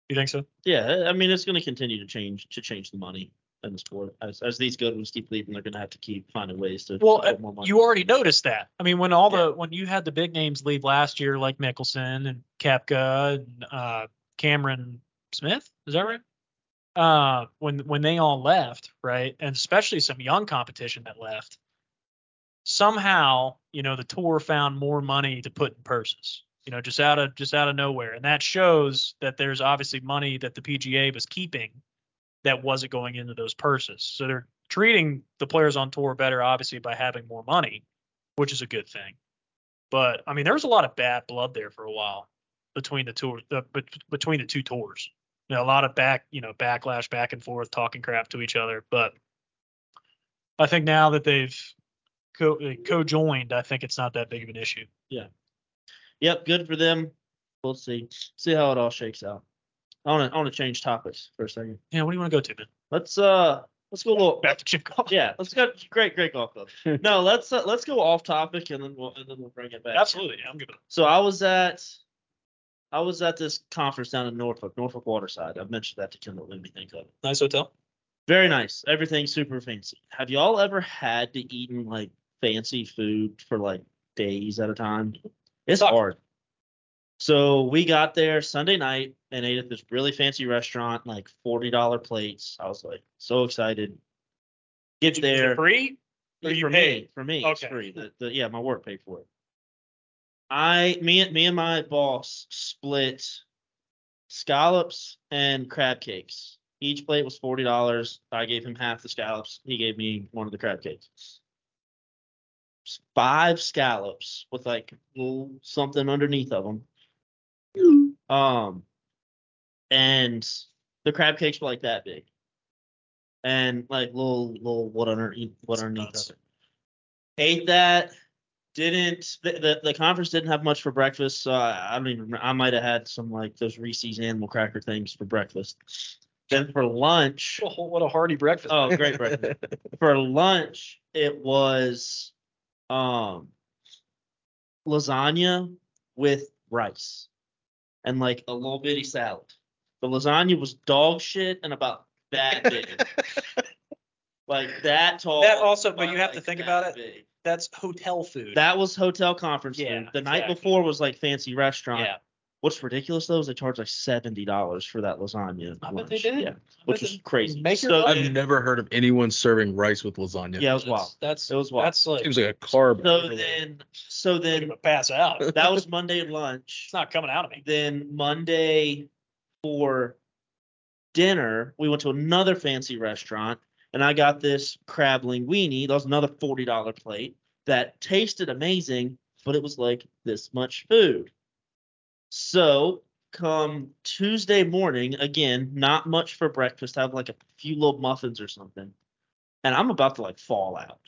You think so?
Yeah, I mean it's going to continue to change to change the money in the sport as, as these good ones keep leaving. They're going to have to keep finding ways to
Well,
put
uh,
more money.
You already noticed that. I mean, when all the when you had the big names leave last year, like Mickelson and Kapka and uh, Cameron Smith, is that right? Uh, when when they all left, right, and especially some young competition that left, somehow you know the tour found more money to put in purses. You know, just out of just out of nowhere, and that shows that there's obviously money that the PGA was keeping that wasn't going into those purses. So they're treating the players on tour better, obviously, by having more money, which is a good thing. But I mean, there was a lot of bad blood there for a while between the tour, the, bet- between the two tours. You know, a lot of back, you know, backlash back and forth, talking crap to each other. But I think now that they've co- uh, co-joined, I think it's not that big of an issue.
Yep, good for them. We'll see see how it all shakes out. I want to I want to change topics for a second.
Yeah, what do you want to go to, man?
Let's uh Let's go a little
Back to chip golf.
Yeah, let's go. Great, great golf club. no, let's uh, let's go off topic and then we'll and then we'll bring it back.
Absolutely. I'm good.
So I was at I was at this conference down in Norfolk, Norfolk Waterside. I mentioned that to Kendall, made me think of it.
Nice hotel.
Very nice. Everything super fancy. Have y'all ever had to eat in like fancy food for like days at a time? It's
Sucks.
hard. So we got there Sunday night and ate at this really fancy restaurant, like forty dollar plates. I was like so excited. Get
Is it
there.
Free? Or you
for me,
paid?
for me, it's
Okay.
free. The, the, yeah, my work paid for it. I, me, and me and my boss split scallops and crab cakes. Each plate was forty dollars. I gave him half the scallops. He gave me one of the crab cakes. Five scallops with like little something underneath of them. Um, and the crab cakes were like that big, and like little little what underneath what
That's
underneath
nuts.
of it. Ate that. Didn't the, the the conference didn't have much for breakfast, so I, I don't even. remember. I might have had some like those Reese's animal cracker things for breakfast. Then for lunch,
Oh, what a hearty breakfast.
oh great breakfast. for lunch, it was um lasagna with rice and like a little bitty salad. The lasagna was dog shit and about that big, like that tall.
That also- but you have to
like
think
that
about it.
big.
That's hotel food.
That was hotel conference.
Yeah,
Yeah, the night
exactly.
before was like fancy restaurant.
yeah.
What's ridiculous though is they charged like seventy dollars for that lasagna.
I bet
lunch.
they did.
Yeah,
I
which
bet
was
they-
crazy.
Make your
so,
own.
I've never heard of anyone serving rice with lasagna.
yeah, it was wild.
That's
It was wild.
that's like
Seems like a carb.
So then, so
I'm
then
gonna pass out. It's
that was Monday lunch.
not coming out of me.
Then Monday for dinner, we went to another fancy restaurant, and I got this crab linguine. That was another forty dollar plate that tasted amazing, but it was like this much food. So come Tuesday morning, again, not much for breakfast. Have like a few little muffins or something, and I'm about to like fall out.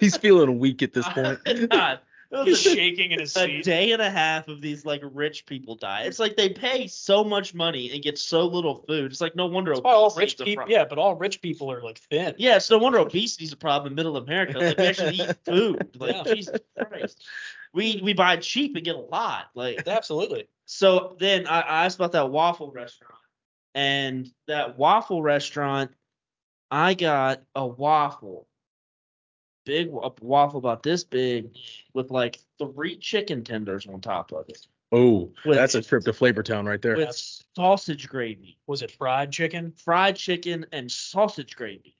He's feeling weak at this point.
God, it was
He's
a-
shaking in his
a
seat.
day and a half of these like rich people die. It's like they pay so much money and get so little food. It's like no wonder
That's why all
obesity's
rich
a
people.
problem.
Yeah, but all rich people are like thin.
Yeah, it's no wonder obesity's a problem in middle America. Like we actually eat food. Like
Yeah.
Jesus Christ. We we buy cheap and get a lot. Like
absolutely.
so then I, I asked about that waffle restaurant. And that waffle restaurant, I got a waffle. Big wa- a waffle about this big with like three chicken tenders on top of it.
Oh,
With-
that's a trip to Flavor Town right there.
with sausage gravy,
Was it fried chicken?
fried chicken, and sausage gravy.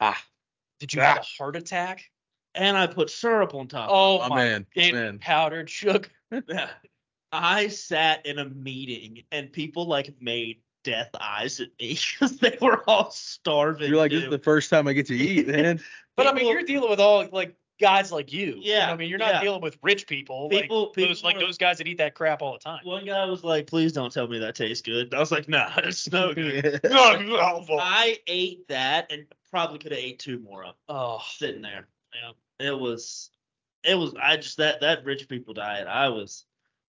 Did you
Ah.
have a heart attack?
And I put syrup on top.
Oh,
my
my
man,
It
man.
powdered sugar.
Yeah. I sat in a meeting and people like made death eyes at me because they were all starving.
You're like, this is the
dude.
first time I get to eat, man.
But I mean,
People-
you're dealing with all like guys like you. You
Yeah,
know, I mean, you're not
yeah.
dealing with rich people.
People-
like,
people
those, like
are-
those guys that eat that crap all the time.
one guy was like, please don't tell me that tastes good. I was like, nah, it's no good. I ate that and probably could have ate two more of
Oh,
sitting there.
Yeah.
It was it was I just that that rich people diet, I was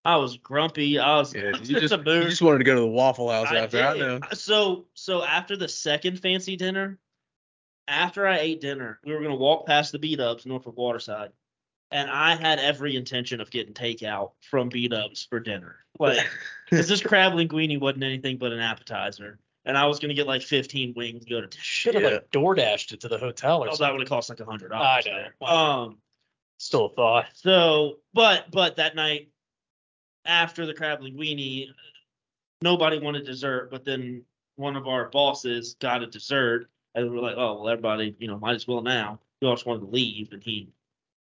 I was grumpy. I was
Yeah,
it's
you just,
a
you
mood.
just wanted to go to the Waffle House
I
after. I
did.
know.
So so after the second fancy dinner, after I ate dinner, we were gonna walk past the beat ups Norfolk Waterside. And I had every intention of getting takeout from beat ups for dinner. Like because this crab linguine wasn't anything but an appetizer. And I was gonna get like 15 wings and go to
should have like door dashed it to the hotel or
Oh, that
something.
would have cost like a hundred
I
dollars.
know.
there. Um
Still a thought.
So, but but that night after the crab linguine, nobody wanted dessert. But then one of our bosses got a dessert, and we were like, oh well, everybody, you know, might as well now. We all just wanted to leave, and he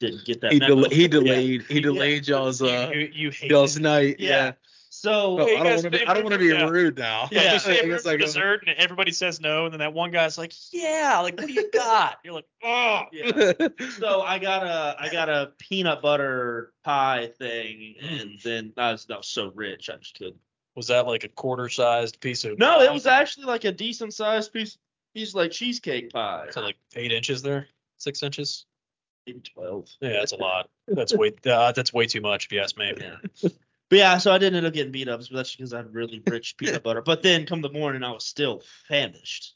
didn't get that.
He,
memo.
del- he
Yeah.
delayed. He delayed y'all's uh,
you, you, you hate
y'all's
it.
night.
Yeah.
Yeah.
So
Oh, I don't
guys,
want to be.
if
I don't want to be
you're- yeah.
rude now.
Yeah,
Yeah.
just say
I guess I
like
go-
dessert, and everybody says no, and then that one guy's like, "Yeah, like what do you got?" You're like, "Oh,
yeah. so I got a I got a peanut butter pie thing, and then I was, I was so rich I just couldn't.
was that like a quarter-sized piece of?"
No, it was actually like a decent sized piece, piece like cheesecake pie.
So like eight inches there, six inches.
Maybe twelve.
Yeah, that's a lot. That's way uh, that's way too much if you ask me.
Yeah. But yeah, so I didn't end up getting beat ups, but that's because I had really rich peanut butter. But then come the morning, I was still famished.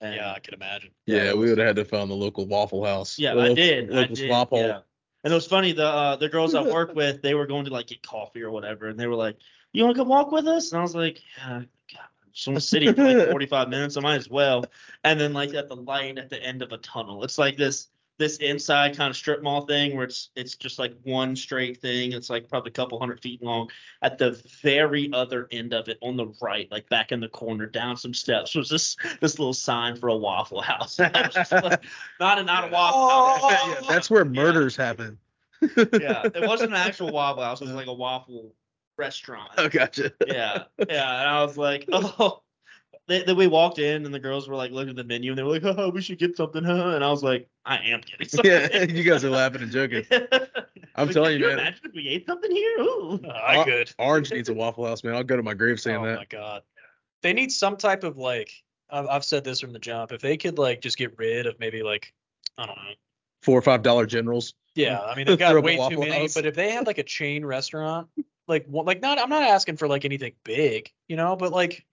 And-
Yeah, I could imagine.
Yeah, we would have had to found the local waffle house.
Yeah,
The
I
local-
did. I
Local
did.
swap hole.
Yeah. And it was funny. The uh, the girls I work with, they were going to like get coffee or whatever, and they were like, "You want to come walk with us?" And I was like, "Yeah, God, I'm just in the city for like 45 minutes. I might as well." And then like at the light at the end of a tunnel, it's like this this inside kind of strip mall thing where it's it's just like one straight thing. It's like probably a couple hundred feet long. At the very other end of it, on the right, like back in the corner, down some steps, was this this little sign for a Waffle House. I was just like, not an not a Waffle
Oh.
House.
Yeah, that's where murders happen.
yeah, it wasn't an actual Waffle House. It was like a waffle restaurant.
Oh, gotcha.
Yeah, yeah. And I was like, oh. They, then we walked in and the girls were like looking at the menu and they were like, oh, we should get something, huh? And I was like, I am getting something.
yeah, you guys are laughing and joking. I'm
Like, could
telling you, man.
Imagine if we ate something here. Ooh.
Uh, I
Uh,
could.
Orange needs a Waffle House, man. I'll go to my grave saying
oh
that.
my god. They need some type of like. I've, I've said this from the jump. If they could like just get rid of maybe like, I don't know.
Four or five dollar generals.
Yeah, I mean they've
Throw
got
up a
way too
Waffle
many.
House.
But if they had like a chain restaurant, like one, like not, I'm not asking for like anything big, you know, but like.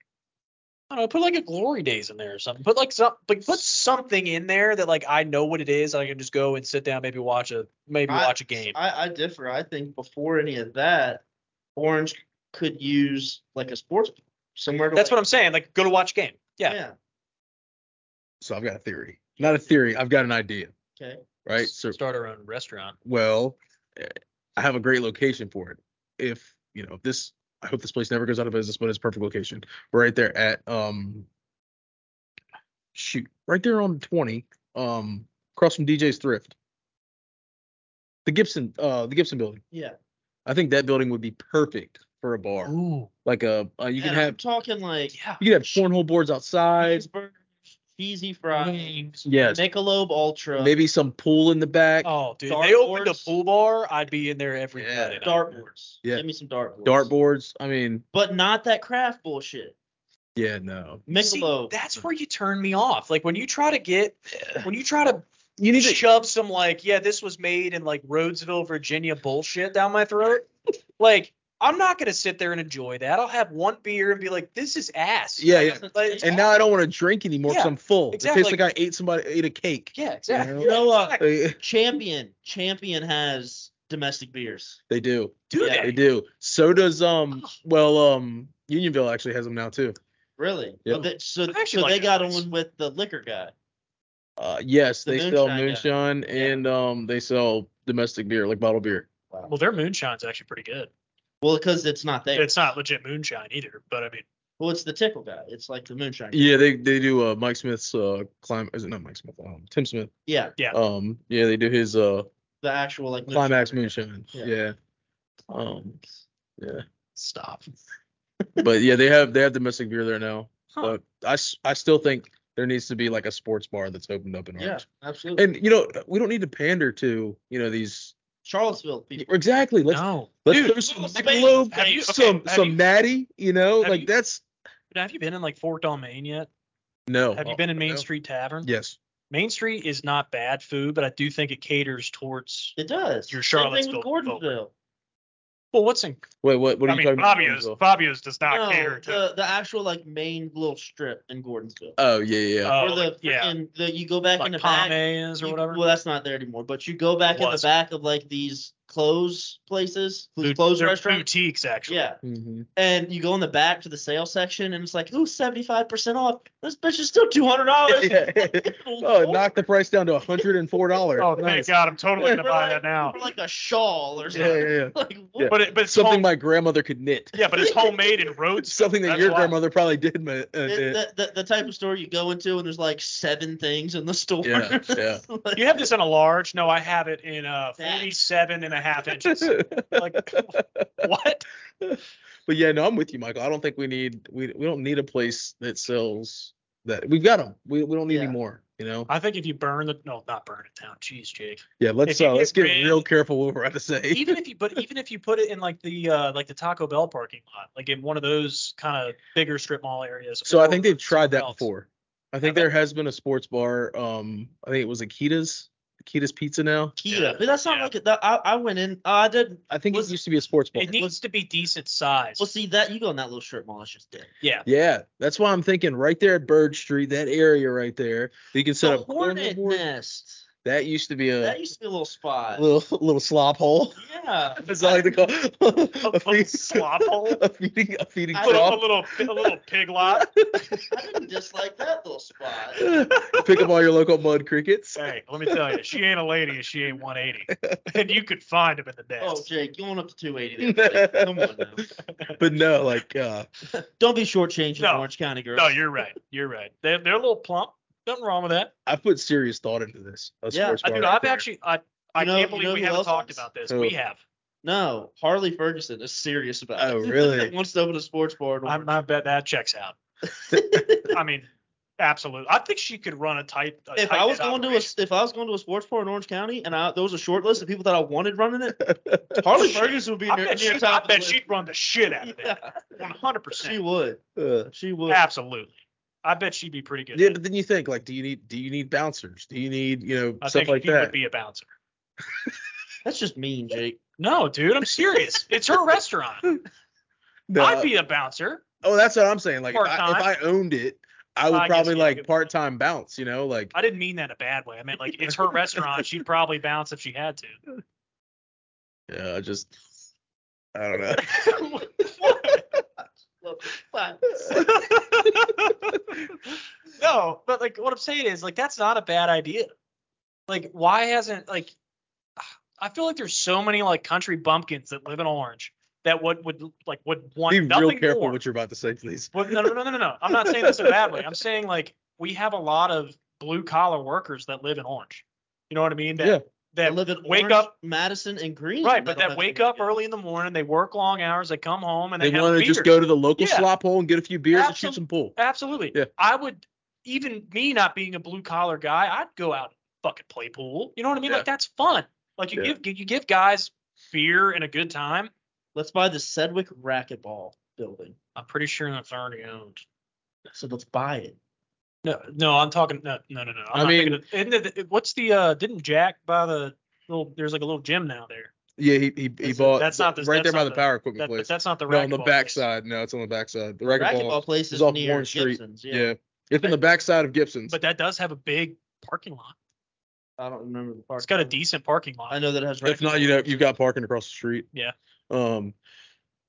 I don't know, put like a glory days in there or something. Put like some, like put something in there that like I know what it is. I can just go and sit down, maybe watch a, maybe
I-
watch a game.
I, I differ. I think before any of that, Orange could use like a sports bar somewhere. To
That's what I'm saying. Like go to watch a game. Yeah.
yeah.
So I've got a theory. Not a theory. I've got an idea.
Okay.
Right.
S-
So
start our own restaurant.
well, eh, I have a great location for it. If you know if this, I hope this place never goes out of business, but it's a perfect location. We're right there at um, shoot, right there on 20, um, across from DJ's Thrift, the Gibson, uh, the Gibson building.
Yeah.
I think that building would be perfect for a bar,
Ooh.
like a uh, you can
And I'm
have
talking like
Yeah.
you can have cornhole boards outside.
cheeseburgers, cheesy fries,
Yes.
Michelob Ultra,
Maybe some pool in the back.
Oh, dude.
Dark
they opened
horse.
a pool bar. I'd be in there every
Yeah.
Friday night.
dartboards.
Yeah.
Give me some dartboards.
Dartboards. I mean,
But not that craft bullshit.
yeah, no.
See,
Michelob.
that's where you turn me off. Like when you try to get, when you try to,
You need to
shove some like, yeah, this was made in like Rhodesville, Virginia bullshit down my throat. like I'm not gonna sit there and enjoy that. I'll have one beer and be like, this is ass.
Yeah, yeah.
Like,
And now I don't want to drink anymore because
Yeah,
I'm full.
exactly.
It tastes like I ate somebody ate a cake.
yeah, exactly.
You
you know, uh,
Exactly.
know?
Champion. Champion has domestic beers.
They do.
Do
Yeah. Oh.
They
that.
do. So does um well um Unionville actually has them now too.
Really?
Yeah.
But that- so
I actually
so
like
they
that
got
place.
on with the liquor guy.
Uh yes,
The
they sell
moonshine,
moonshine and um they sell domestic beer, like bottled beer.
Well, their moonshine's actually pretty good.
Well, because it's not there.
It's not legit moonshine either, but I mean,
well, it's the tickle guy. It's like the moonshine. guy.
Yeah, they they do uh Mike Smith's uh climb is it not Mike Smith, um Tim Smith.
Yeah.
Yeah.
Um yeah, they do his uh
The actual like moonshine.
climax moonshine.
Yeah.
yeah. Um yeah.
stop.
but yeah, they have they have domestic beer there now.
Huh.
But I, s- I still think there needs to be like a sports bar that's opened up in
Yeah,
Orange.
absolutely.
And you know we don't need to pander to you know these
Charlottesville people.
exactly. Let's
no.
let's
Dude,
throw some
little
Michelob,
space. Have you- okay,
some
have
some
you-
natty. You know,
have
like
you-
that's
Have you been in like Fort Dalmain yet?
no. Oh,
Have you been in Main
no.
Street Tavern?
Yes.
Main Street is not bad food, but I do think it caters towards.
It does.
Your
Same thing
Charlottesville
with
folk.
Gordonville.
Well, what's in?
Wait, what? What
I
are you
mean,
talking about?
Fabio's
Michelob?
Fabio's does not
No,
cater to.
the, the actual like main little strip in Gordonsville.
Oh yeah, yeah. yeah.
Oh,
or the
uh, like, yeah.
frickin- the you go back in the
like
back.
Pome's or
you-
whatever.
Well, that's not there anymore. But you go back in the
Was.
back of like these clothes places, these
Boot-
clothes
they're
restaurants.
boutiques actually.
Yeah,
Mhm.
and you go in the back to the sale section, and it's like, ooh, seventy five percent off. This bitch is still two hundred dollars.
oh, it knocked the price down to hundred and four dollars.
Oh, thank God! I'm totally gonna
We're
buy that
like-
now.
Like a shawl or
Yeah,
something.
yeah, yeah.
Like what?
Yeah.
But it, but it's
Something
home-
my grandmother could knit.
yeah, but it's homemade in Rhodes.
Something that
That's
your
why.
grandmother probably did. ma- Uh, knit.
The, the, the, the type of store you go into and there's like seven things in the store.
Yeah, yeah.
Like,
You have this in a large? No, I have it in uh
That.
47 and a half inches. Like what?
But yeah, no, I'm with you, Michael. I don't think we need we we don't need a place that sells that. We've got them. We we don't need
Yeah.
any more. You know.
I think if you burn the no, not burn it down. Jeez, Jake.
Yeah. Let's
If you
uh, let's
get
get
rid-
real careful what we're about to say.
Even if you but even if you put it in like the uh like the Taco Bell parking lot, like in one of those kind of bigger strip mall areas.
So I
or
think they've tried
somewhere
that
else.
before. I think
Have
there has been a sports bar. Um, I think it was Akita's Kita's Pizza now.
Kita. But that's not
Yeah.
like it. That, I, I went in. Uh, I didn't.
I think
Was-
it used to be a sports bar.
It needs to be decent size.
Well, see that you go in that little shirt mall. It's just dead.
Yeah.
Yeah, that's why I'm thinking right there at Bird Street, that area right there, you can set
The
up corner
hornet
board.
nest.
That used to be a
That used to be a little spot.
little little slop hole.
yeah.
That's all I like to call
A,
a,
a
feed-
slop hole.
a feeding a feeding
I
A little, a
trough.
little, a little pig lot.
I didn't dislike that little spot.
Pick up all your local mud crickets.
Hey, let me tell you, she ain't a lady if she ain't 180, and you could find them in the
Oh,
nest.
Jake, you went up to 280 there. buddy. Come on now.
But no, like uh
Don't be shortchanging
No.
Orange County girls.
no, you're right. You're right. They're, they're a little plump. Nothing wrong with that.
I put serious thought into this. a
Yeah,
sports
I,
bar
dude,
right
I've
there.
actually, I, I
You know-
can't
you
believe
know
we
who
haven't
else
talked
has?
about this.
Who?
We have.
No, Harley Ferguson is serious about
Oh,
it.
really?
Wants to open a sports bar. in
I'm
Orange.
not bet that checks out. I mean, absolutely. I think she could run a tight. A
if
tight
I was
knit
going to a
operation.
if I was going to a sports bar in Orange County and I, there was a short list of people that I wanted running it, Harley Ferguson would be
I
near,
bet,
near
she,
top.
I
of the
bet
list.
she'd run the shit out of
Yeah,
that. 100.
she
percent
would.
Uh,
She would.
Absolutely. I bet she'd be pretty good.
yeah,
at it.
but then you think like, do you need do you need bouncers? Do you need you know
I
stuff
think
like
he would
that?
be a bouncer.
That's just mean, Jake.
No, dude, I'm serious. it's her restaurant.
No,
I'd be a bouncer.
oh, that's what I'm saying. Like if I, if
part-time.
I owned it, I would
I guess,
probably
yeah,
like
good point.
part time bounce. You know, like
I didn't mean that in a bad way. I meant like it's her restaurant. She'd probably bounce if she had to.
yeah, I uh, just I don't know.
Look, fuck.
no, but like what I'm saying is like that's not a bad idea. Like why hasn't like I feel like there's so many like country bumpkins that live in Orange that would would like would want
Be
nothing
real careful
more.
what you're about to say, please.
Well, no, no, no, no, no. I'm not saying this in a bad way. I'm saying like we have a lot of blue collar workers that live in Orange. You know what I mean? That,
Yeah.
I
That
live in
wake
Orange,
up-
Madison and Green.
right, but that wake up early in the morning, they work long hours, they come home, and
They
they, have
want to just
beers.
go to the local
Yeah.
slop hole and get a few beers and
Absol-
shoot some pool.
Absolutely.
Yeah.
I would even me not being a blue collar guy, I'd go out and fucking play pool. You know what I mean?
Yeah.
Like that's fun. Like you
Yeah.
give you give guys beer and a good time.
Let's buy the Sedgwick racquetball building.
I'm pretty sure that's already owned.
So let's buy it.
No, no, I'm talking. No, no, no, no. I'm
I
not
mean-
thinking of, isn't it, what's the? uh Didn't Jack buy the little? There's like a little gym now there.
Yeah, he he, he
That's-
bought
that's not the-
right there
that's
by
not
the
the-
power equipment
That, but
place.
that's not the.
no, on the
racquetball place.
backside. No, it's on the backside. The racquetball.
racquetball place
is
is
off
near
Orange Street.
Gibson's.
yeah. it's in the backside of Gibson's.
But that does have a big parking lot.
I don't remember the park.
It's got a decent parking
I
lot.
know that it has.
if not, you know you've got parking across the street.
Yeah.
Um,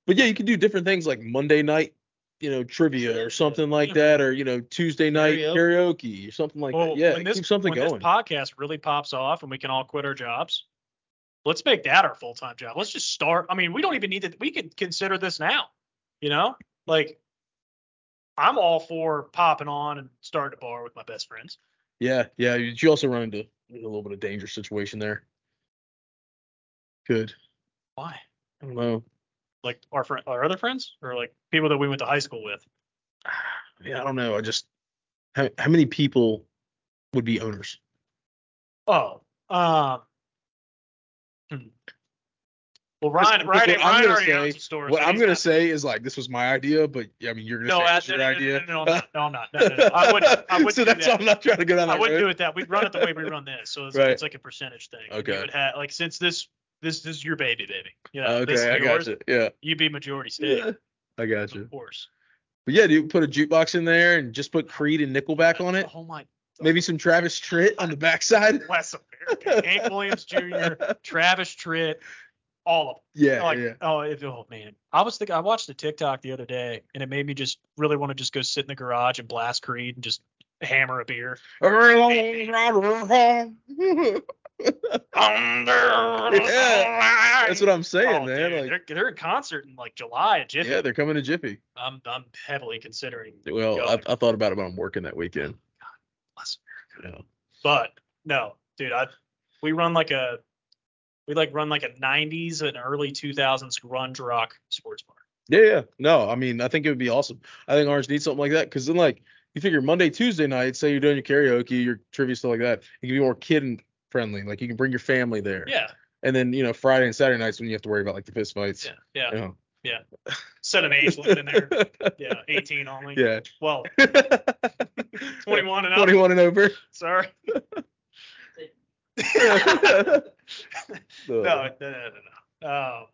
but yeah, you can do different things like Monday night, you know, trivia or something like
Yeah.
that, or you know, Tuesday night
Karaoke.
karaoke or something like
Well,
that. Yeah,
when
it
this
keeps something
when
going.
this podcast really pops off and we can all quit our jobs, let's make that our full time job. Let's just start. I mean, we don't even need to. We could consider this now. You know, like I'm all for popping on and starting a bar with my best friends.
yeah, yeah. You you also run into a little bit of danger situation there. Good.
Why?
I don't know.
Like our friend, our other friends, or like people that we went to high school with.
Yeah, I don't know. I just how how many people would be owners?
Oh, um. hmm. Well, Ryan,
Because
Ryan,
what I'm
Ryan
gonna
already
say-
knows the story.
What
so
I'm
he's
gonna
not-
say is like this was my idea, but I mean you're gonna
No,
say
I,
it's
no,
your
no,
idea.
No, no, no, I'm not. No, I'm not. No, no, no. I wouldn't. I wouldn't
so
do
that's
that.
why I'm not trying to go down that
I wouldn't
road.
do it that. We'd run it the way we run this. So it's,
Right.
it's like a percentage thing. And
Okay.
You would have like since this this this is your baby, baby. You know,
okay,
Uh, this is
I
yours.
got you. Yeah,
You'd be majority state,
I got you.
of course.
But yeah, dude, put a jukebox in there and just put Creed and Nickelback on it.
Oh my.
Maybe some Travis Tritt on the backside.
West America. Hank Williams Jr., Travis Tritt, all of them.
Yeah,
like,
yeah.
oh, if, oh man, I was thinking. I watched a TikTok the other day, and it made me just really want to just go sit in the garage and blast Creed and just hammer a beer.
Yeah, That's what I'm saying,
Oh,
man.
dude,
like,
they're, they're in concert in like July at Jiffy.
yeah, they're coming to Jiffy.
I'm I'm heavily considering.
Well, I,
going.
I thought about it, but I'm working that weekend.
bless
Yeah.
but no, dude, I we run like a we like run like a 90s and early 2000s grunge rock sports bar.
Yeah, yeah. No, I mean, I think it would be awesome. I think Orange needs something like that because then, like, you figure Monday, Tuesday night, say you're doing your karaoke, your trivia stuff like that, it can be more kid friendly. Like, you can bring your family there.
Yeah,
And then, you know, Friday and Saturday nights when you have to worry about like the fist fights.
yeah, yeah.
Yeah.
Set an age limit in there. Yeah, 18 only.
Yeah.
Well, 21 and up.
21 and over.
Sorry.
no,
no, no, no, no, no. Um,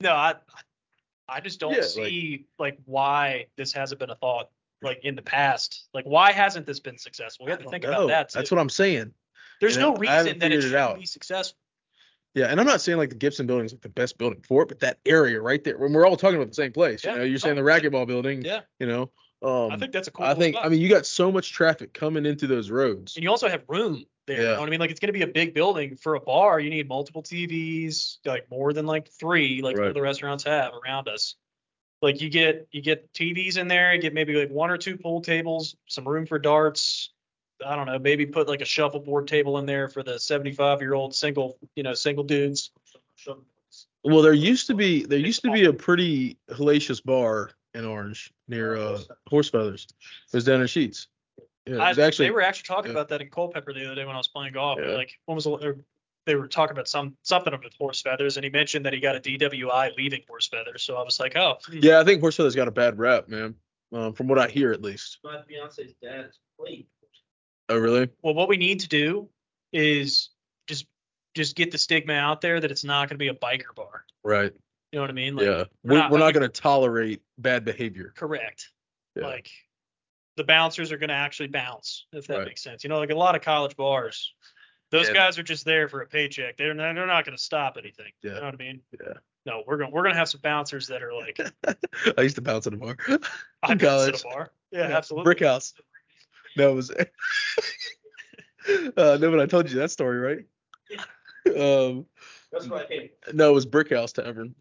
no, I, I just don't
Yeah, like-
see like, why this hasn't been a thought like in the past. Like, why hasn't this been successful? We have to think about that.
That's
too.
what I'm saying.
There's
and
no
I- I haven't
reason that it
figured it
should
out.
be successful.
Yeah, and I'm not saying like the Gibson building is like the best building for it, but that area right there, when we're all talking about the same place,
Yeah,
you know, you're
no,
saying the racquetball building,
Yeah.
you know, um,
I think that's a cool.
I
little
think
spot.
I mean you got so much traffic coming into those roads.
and you also have room there. You
Yeah.
know what I mean? Like it's gonna be a big building for a bar. You need multiple TVs, like more than like three, like
Right.
all the restaurants have around us. Like you get you get TVs in there, you get maybe like one or two pool tables, some room for darts. I don't know, maybe put like a shuffleboard table in there for the 75 year old single, you know, single dudes.
Well, there used to be there
It's
used to be a pretty hellacious bar in Orange near uh, Horse Feathers. It was down in Sheets. Yeah, it
I-
was actually
they were actually talking
yeah.
about that in Culpepper the other day when I was playing golf.
Yeah.
Like, when was the, or they were talking about some something of the horse feathers, and he mentioned that he got a DWI leaving horse feathers. So I was like, oh, hmm.
yeah. I think Horse Feathers got a bad rap, man. Um, from what I hear, at least.
My fiance's dad is played.
Oh, really?
well, what we need to do is just just get the stigma out there that it's not going to be a biker bar.
Right.
You know what I mean? Like,
yeah.
we're
We're,
not-
we're
I
not
mean-
going to tolerate bad behavior.
Correct.
Yeah.
Like, the bouncers are going to actually bounce, if that
Right.
makes sense. You know, like a lot of college bars, those
Yeah.
guys are just there for a paycheck. They're not, they're not going to stop anything. You
Yeah.
know what I mean?
Yeah.
No, we're gonna we're gonna have some bouncers that are like
I used to bounce at a bar.
I bounce at
In college.
a bar. Yeah,
Yeah,
absolutely.
Brick house. No, it was. uh, no, but I told you that story, right? Um,
That's what I came.
no, it was Brick House Tavern.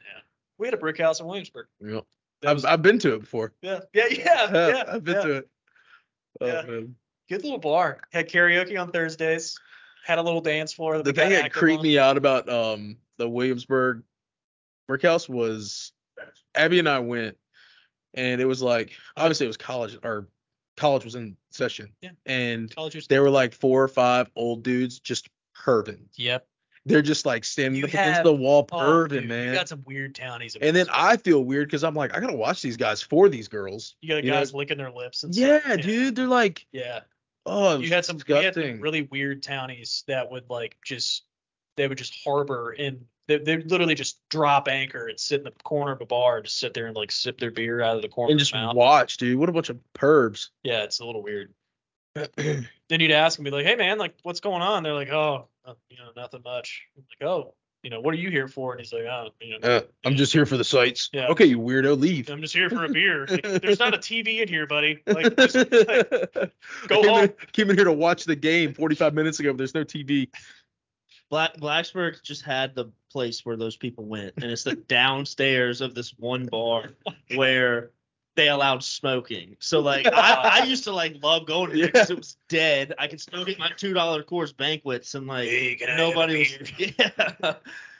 We had a brick house in Williamsburg.
Yep.
That
I've,
was-
I've been to it before.
yeah, yeah, yeah,
Yeah,
yeah.
I've been
yeah.
to it. Oh,
Yeah.
man.
Good little bar. Had karaoke on Thursdays. Had a little dance floor. That
The
we got
thing that
active
creeped
on.
me out about um the Williamsburg Brickhouse was Abby and I went, and it was like obviously it was college or college was in session,
Yeah.
and
College years.
there were like four or five old dudes just perving.
Yep.
They're just like standing
You
up against
have-
the wall
Oh,
perving,
dude, you
man.
got some weird townies. in
And then
Williamsburg.
I feel weird because I'm like I gotta watch these guys for these girls.
you got
you know-
guys licking their lips. And
Yeah,
stuff.
dude, they're like
Yeah.
oh it
You
was
had some, we had
disgusting.
some really weird townies that would like just they would just harbor in they they literally just drop anchor and sit in the corner of a bar and just sit there and like sip their beer out of the corner
and
of
just
their mouth.
watch, dude. What a bunch of pervs.
Yeah, it's a little weird. then you'd ask them, be like, "Hey, man, like, what's going on?" They're like, "Oh, uh, you know, nothing much." I'm like, "Oh, you know, what are you here for?" And he's like, "Oh, you know,
Uh, I'm just here for the sights.
Yeah.
Okay, you weirdo, leave.
I'm just here for a beer. Like, There's not a TV in here, buddy. Like, just, like,
I
go
came
home."
In, came in here to watch the game 45 minutes ago, but there's no TV.
Black Blacksburg just had the place where those people went, and it's the downstairs of this one bar where they allowed smoking. So like I, I used to like love going there because it was dead. I could smoke at my two dollar course banquets and like
Hey, can I have a
nobody was yeah.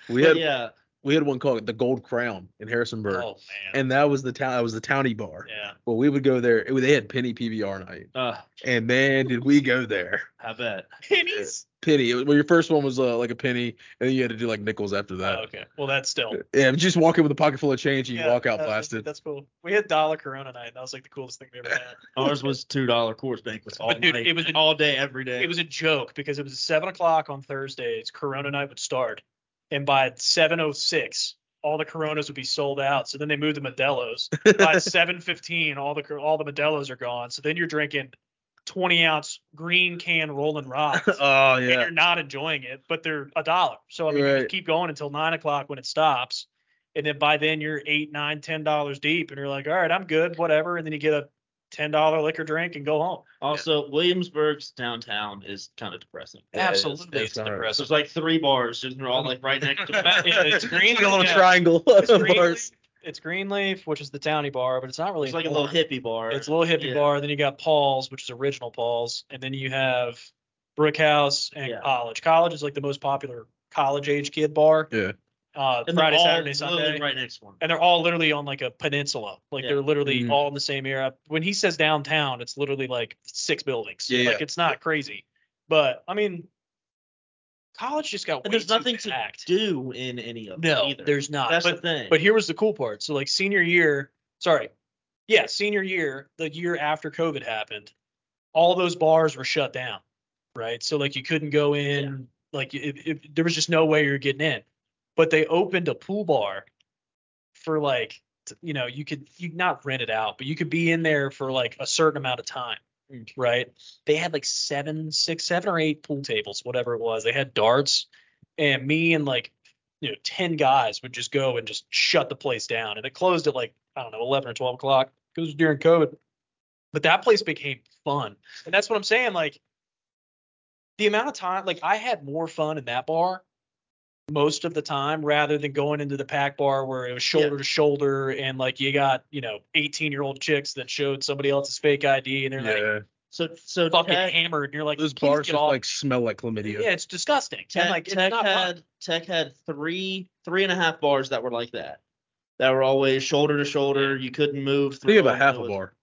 We had
yeah.
we had one called the Gold Crown in Harrisonburg,
Oh man.
and that was the town. That was the townie bar.
yeah.
Well, we would go there. it was- they had penny PBR night,
Uh,
and man, did we go there.
I bet.
Pennies.
Penny. It was- well, your first one was uh, like a penny, and then you had to do like nickels after that.
Oh, okay. Well, that's still.
Yeah, just walk in with a pocket full of change, and you
yeah,
walk out
that-
blasted.
That's cool. We had dollar Corona night, and that was like the coolest thing we ever had.
Ours was two dollar course banquets all
But dude,
night.
it was a-
all day, every day.
it was a joke because it was seven o'clock on Thursdays. Corona night would start, and by seven oh six, all the Coronas would be sold out. So then they moved to Modelo's. by seven fifteen, all the Cor- all the Modelo's are gone. So then you're drinking twenty ounce green can Rolling Rocks.
oh
And
yeah.
you're not enjoying it, but they're a dollar. So I mean, you
Right.
just keep going until nine o'clock when it stops, and then by then you're eight, nine, ten dollars deep, and you're like, all right, I'm good, whatever. And then you get a ten dollar liquor drink and go home.
also Williamsburg's downtown is kind of depressing.
Yeah, it's-
Absolutely,
it's
it's
not right.
depressing.
There's like three bars, and they're all like right next to
Yeah, it's green.
Like a little
yeah.
triangle.
It's
of
green-
bars.
It's Greenleaf, which is the towny bar, but it's not really.
It's like a little
bar.
hippie bar.
It's a little hippie
Yeah.
bar. Then you got Paul's, which is original Paul's, and then you have Brick House and
Yeah.
College. College is like the most popular college age kid bar.
Yeah.
Uh,
And they're
Friday,
all
Saturday,
literally
Sunday.
Right next to one.
and they're all literally on like a peninsula. Like
Yeah.
they're literally
Mhm.
all in the same area. When he says downtown, it's literally like six buildings.
Yeah,
Like
yeah.
it's not crazy. But I mean, college just got.
And
way
there's
too
nothing to
packed.
do in any of them
No,
either.
there's not.
That's
but
the thing.
but here was the cool part. So like senior year, sorry, yeah, senior year, the year after COVID happened, all those bars were shut down, right? So like you couldn't go in Like it, it, there was just no way you're getting in. But they opened a pool bar for like t- you know you could you not rent it out, but you could be in there for like a certain amount of time. Mm, Right? They had like seven, six, seven or eight pool tables, whatever it was. They had darts, and me and like you know ten guys would just go and just shut the place down. And it closed at like I don't know eleven or twelve o'clock because it was during COVID. But that place became fun, and that's what I'm saying. Like the amount of time like I had more fun in that bar most of the time rather than going into the pack bar where it was shoulder to shoulder and like you got, you know, 18 year old chicks that showed somebody else's fake ID and they're like
Yeah.
So so
fucking
Tech,
hammered and you're like uh,
Those
"Please
bars
get
just
off."
like smell like chlamydia.
Yeah, it's disgusting. And,
Tech,
like it's
Tech
not fun.
had Tech had three three and a half bars that were like that. That were always shoulder to shoulder. You couldn't move through.
Think about
them.
half
It
a
was-
bar.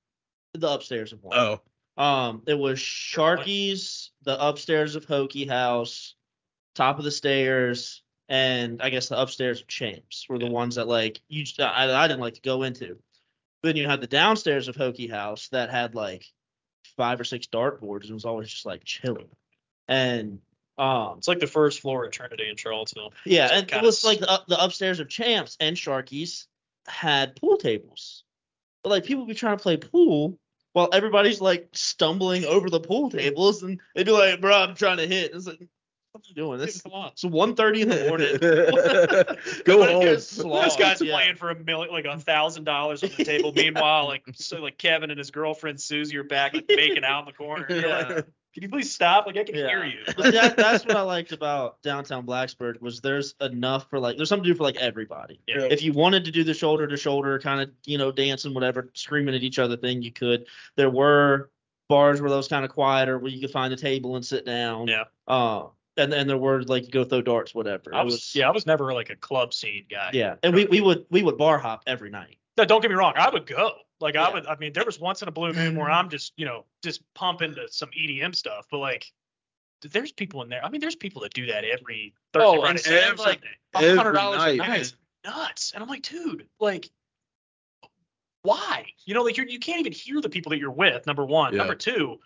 The upstairs of one.
Oh,
Um, it was Sharky's, the upstairs of Hokey House, top of the stairs, and I guess the upstairs of Champs were the ones that like you. just- I, I didn't like to go into. Then you had the downstairs of Hokey House that had like five or six dartboards and was always just like chilling. And um,
It's like the first floor at Trinity in Charlottesville.
yeah,
It's
and it
kinda
was
s-
like the, up- the upstairs of Champs and Sharkies had pool tables. But like people be trying to play pool while everybody's like stumbling over the pool tables and they'd be like, bro, I'm trying to hit. It's like, what are you doing?
Dude,
This
come on.
it's 1.30 in the morning.
go
But it
home.
gets slogged,
This guy's
yeah.
playing for a million, like a thousand dollars on the table. Meanwhile, like so, like Kevin and his girlfriend Susie are back like making out in the corner. You're like,
Yeah.
Can you please stop? Like I can
Yeah.
hear you.
But that, that's what I liked about downtown Blacksburg was there's enough for like there's something to do for like everybody.
Yeah.
If you wanted to do the shoulder to shoulder kind of you know dancing whatever screaming at each other thing you could. There were bars where those kind of quieter where you could find a table and sit down.
Yeah.
Uh, and and there were like you go throw darts whatever.
I
It
was, yeah, I was never like a club scene guy.
Yeah. And we, we would we would bar hop every night.
No, don't get me wrong. I would go. Like
Yeah.
I would. I mean, there was once in a blue moon where I'm just, you know, just pumping to some EDM stuff. But like, th- there's people in there. I mean, there's people that do that every Thursday,
Oh,
Friday,
and
Saturday,
every-
Sunday.
every
hundred dollars a
night,
night is nuts. And I'm like, dude, like, why? You know, like you're, you can't even hear the people that you're with. Number one.
Yeah.
Number two,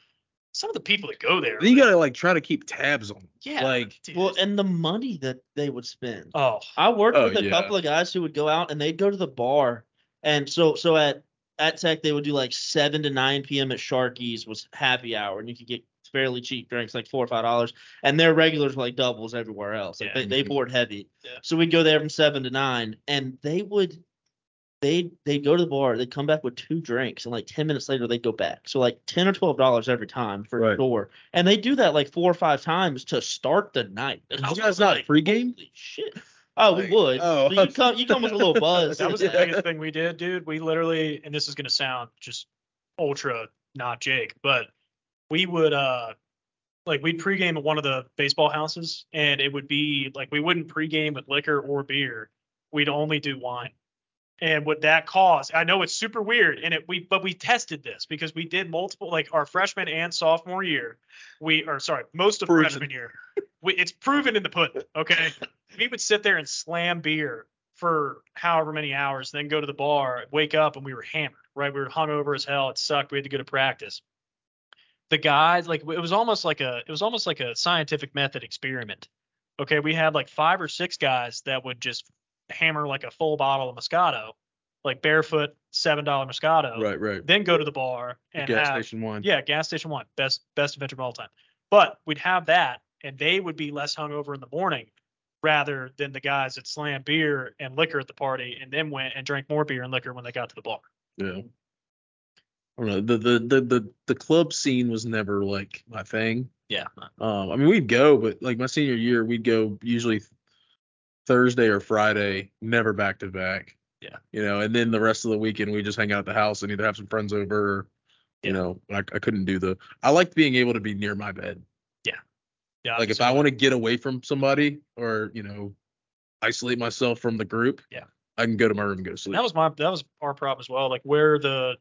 some of the people that go there.
Then you gotta like try to keep tabs on.
yeah.
like-
dude.
Well, and the money that they would spend.
oh,
I worked
Oh,
with a
yeah.
couple of guys who would go out and they'd go to the bar. And so so at at Tech they would do like seven to nine p.m. at Sharky's was happy hour, and you could get fairly cheap drinks, like four or five dollars. And their regulars were like doubles everywhere else. Like,
Yeah.
they, they
Mhm.
poured heavy.
Yeah.
So we'd go there from seven to nine, and they would they they'd go to the bar, they'd come back with two drinks, and like ten minutes later they'd go back. So like ten or twelve dollars every time for
Right.
a door. And they do that like four or five times to start the night. And I
Did
was
you guys not
like,
pregame?
Holy shit. Oh,
Like,
we would.
oh.
But you come, you come with a little buzz.
That was the
Yeah.
biggest thing we did, dude. We literally, and this is gonna sound just ultra not Jake, but we would uh like we'd pregame at one of the baseball houses and it would be like we wouldn't pregame with liquor or beer. We'd only do wine. And what that caused, I know it's super weird, and it we but we tested this because we did multiple like our freshman and sophomore year. We or sorry, most of
Proven.
freshman year. We, it's proven in the pudding. Okay, we would sit there and slam beer for however many hours, then go to the bar, wake up, and we were hammered. Right, we were hungover as hell. It sucked. We had to go to practice. The guys, like it was almost like a it was almost like a scientific method experiment. Okay, we had like five or six guys that would just hammer like a full bottle of Moscato, like barefoot seven dollar Moscato.
Right, right.
Then go to the bar and
Gas
have,
station wine.
yeah, gas station one, best best adventure of all time. But we'd have that, and they would be less hungover in the morning, rather than the guys that slammed beer and liquor at the party, and then went and drank more beer and liquor when they got to the bar.
Yeah. I don't know. The, the the the the club scene was never like my thing.
Yeah.
Um, I mean we'd go, but like my senior year, we'd go usually Thursday or Friday, never back to back.
Yeah.
You know, and then the rest of the weekend we just hang out at the house and either have some friends over or you
Yeah.
know, I, I couldn't do the I liked being able to be near my bed.
Yeah,
Like if
so
I want to get away from somebody or, you know, isolate myself from the group,
Yeah.
I can go to my room and go to sleep.
that was my that was our problem as well. Like where the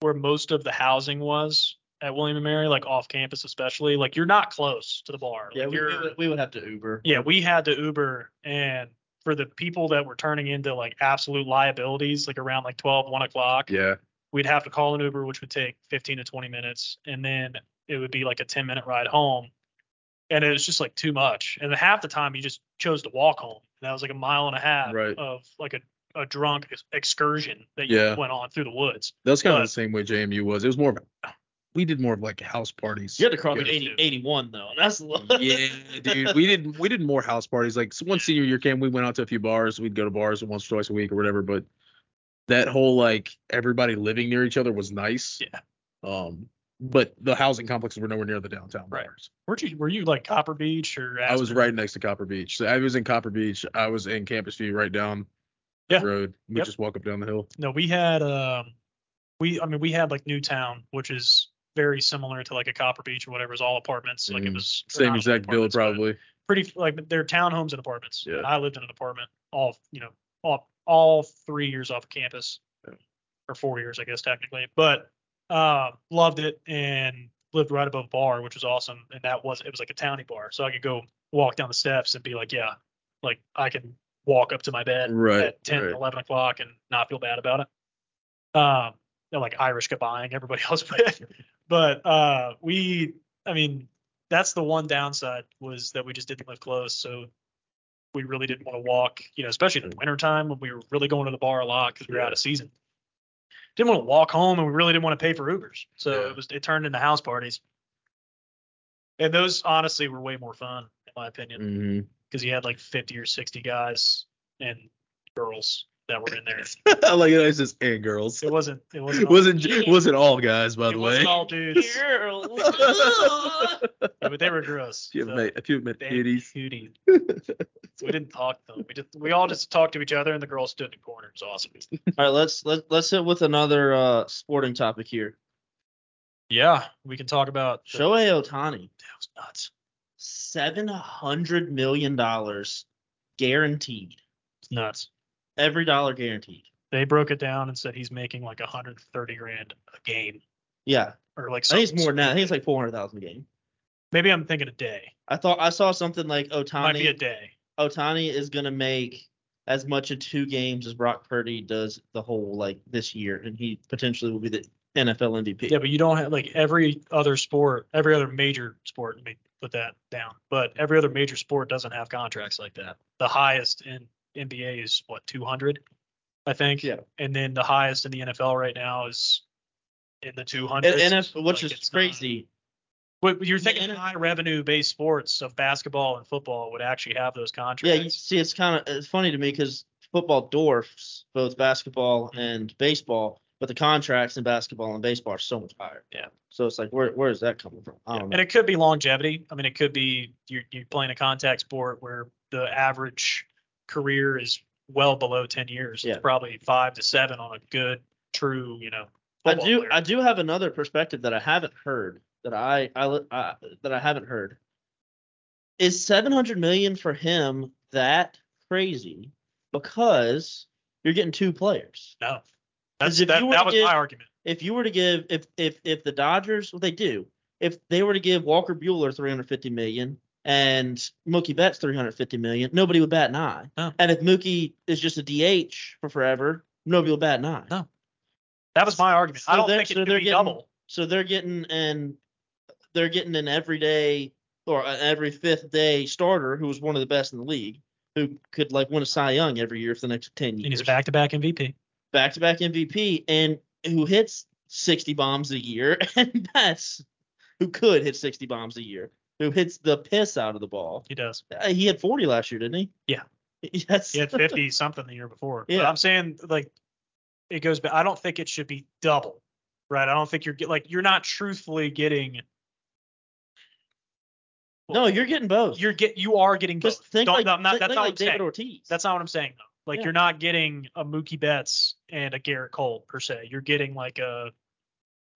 where most of the housing was at William and Mary, like off campus especially, like you're not close to the bar.
yeah,
Like,
we, we
you're-
would, we would have to Uber.
Yeah, we had to Uber and for the people that were turning into like absolute liabilities, like around like 12, 1 o'clock,
yeah.
we'd have to call an Uber, which would take 15 to 20 minutes. And then it would be like a 10 minute ride home. and it was just like too much. And half the time he just chose to walk home. And that was like a mile and a half
Right.
of like a, a drunk ex- excursion that you
Yeah.
went on through the woods.
That's kind
But-
of the same way JMU was. It was more of a, we did more of like house parties.
You had to cross like
Yeah.
80, 81 though. That's a little.
yeah, dude. We did we did more house parties. Like so one senior year came, we went out to a few bars. We'd go to bars once or twice a week or whatever. But that whole like everybody living near each other was nice.
Yeah.
Um, but the housing complexes were nowhere near the downtown
Right.
bars.
Were you were you like Copper Beach or
I was
Aspen?
right next to Copper Beach. So I was in Copper Beach. I was in Campus View right down
Yeah.
the road. We
Yep.
just walk up down the hill.
No, we had um we I mean we had like Newtown, which is very similar to like a Copper Beach or whatever. It was all apartments. Like it
Mhm.
was or
Same
not
exact build
apartments, but
probably.
Pretty like they're townhomes and apartments.
Yeah.
And I lived in an apartment all you know all all three years off of campus, or four years I guess technically, but uh, loved it and lived right above a bar, which was awesome. And that was it was like a townie bar, so I could go walk down the steps and be like, yeah, like I can walk up to my bed
Right,
at 10
right.
11 o'clock and not feel bad about it um they're like irish goodbying everybody else with but uh we i mean that's the one downside was that we just didn't live close so we really didn't want to walk you know especially in the wintertime when we were really going to the bar a lot because we were out of season didn't want to walk home and we really didn't want to pay for ubers so
Yeah.
it was it turned into house parties and those honestly were way more fun in my opinion
hmm
because you had like 50 or 60 guys and girls that were in there.
I like it. It's just and girls.
It wasn't. It wasn't.
It
All,
wasn't wasn't all guys by
it
the way.
wasn't all dudes,
Girl.
yeah, but they were gross.
If you
so
admit, if you admit
they-
beauties.
cuties. So we didn't talk to them. We just we all just talked to each other, and the girls stood in the corner. It was awesome.
All right, let's let let's hit with another uh, sporting topic here.
Yeah, we can talk about. the-
Shohei Otani,
That was nuts.
seven hundred million dollars guaranteed,
It's nuts.
every dollar guaranteed.
They broke it down and said he's making like 130 grand a game,
Yeah,
or like
I think it's
something
more now. I think it's like four hundred thousand a game.
Maybe I'm thinking a day.
I thought I saw something like
Might be a
Otani.
day.
Otani is gonna make as much in two games as Brock Purdy does the whole like this year, and he potentially will be the NFL MVP.
Yeah, but you don't have like every other sport, every other major sport. Let me put that down. But every other major sport doesn't have contracts like that. The highest in NBA is what 200, I think.
Yeah.
And then the highest in the NFL right now is in the 200s.
And, and if, which
Like,
is
it's not-
crazy.
But you're thinking
N-
high revenue based sports of basketball and football would actually have those
Yeah, you
contracts.
see, it's kind of it's funny to me because football dwarfs both
Mm-hmm.
basketball and baseball, but the contracts in basketball and baseball are so much higher.
Yeah.
So it's like, where where is that coming from? I don't
And
know.
it could be longevity. I mean, it could be you're, you're playing a contact sport where the average career is well below 10 years.
Yeah.
It's probably five to seven on a good, true, you know.
I
football
do
player.
I do have another perspective that I haven't heard that I I, li- I that I haven't heard. Is seven hundred million for him that crazy? Because you're getting two players.
no.
'Cause
That's,
if
that,
you were to
that was
give-
my argument.
if you were to give if if if the Dodgers well they do if they were to give Walker Bueller 350 million and Mookie Betts 350 million nobody would bat an eye
No.
and if Mookie is just a DH for forever nobody will bat an eye
No. That was my argument.
So
I don't
they're-
think it
so
could
they're
be
getting-
double.
so they're getting an they're getting an everyday or an every fifth day starter who was one of the best in the league who could like win a Cy Young every year for the next 10 years
And he's back to back MVP.
back to back MVP and who hits 60 bombs a year and that's who could hit 60 bombs a year, who hits the piss out of the ball.
He does.
Uh, He had 40 last year, didn't he?
Yeah.
That's
He had 50 something the year before. But
Yeah.
I'm saying like it goes back. I don't think it should be double, right? I don't think you're get, like you're not truthfully getting.
No, you're getting both.
you're get you are getting both.
just think
Don't-
like,
no, I'm not-
think-
that's
think
not
like
what I'm saying.
David Ortiz.
That's not what I'm saying though. Like
Yeah.
you're not getting a Mookie Betts and a Garrett Cole per se. You're getting like a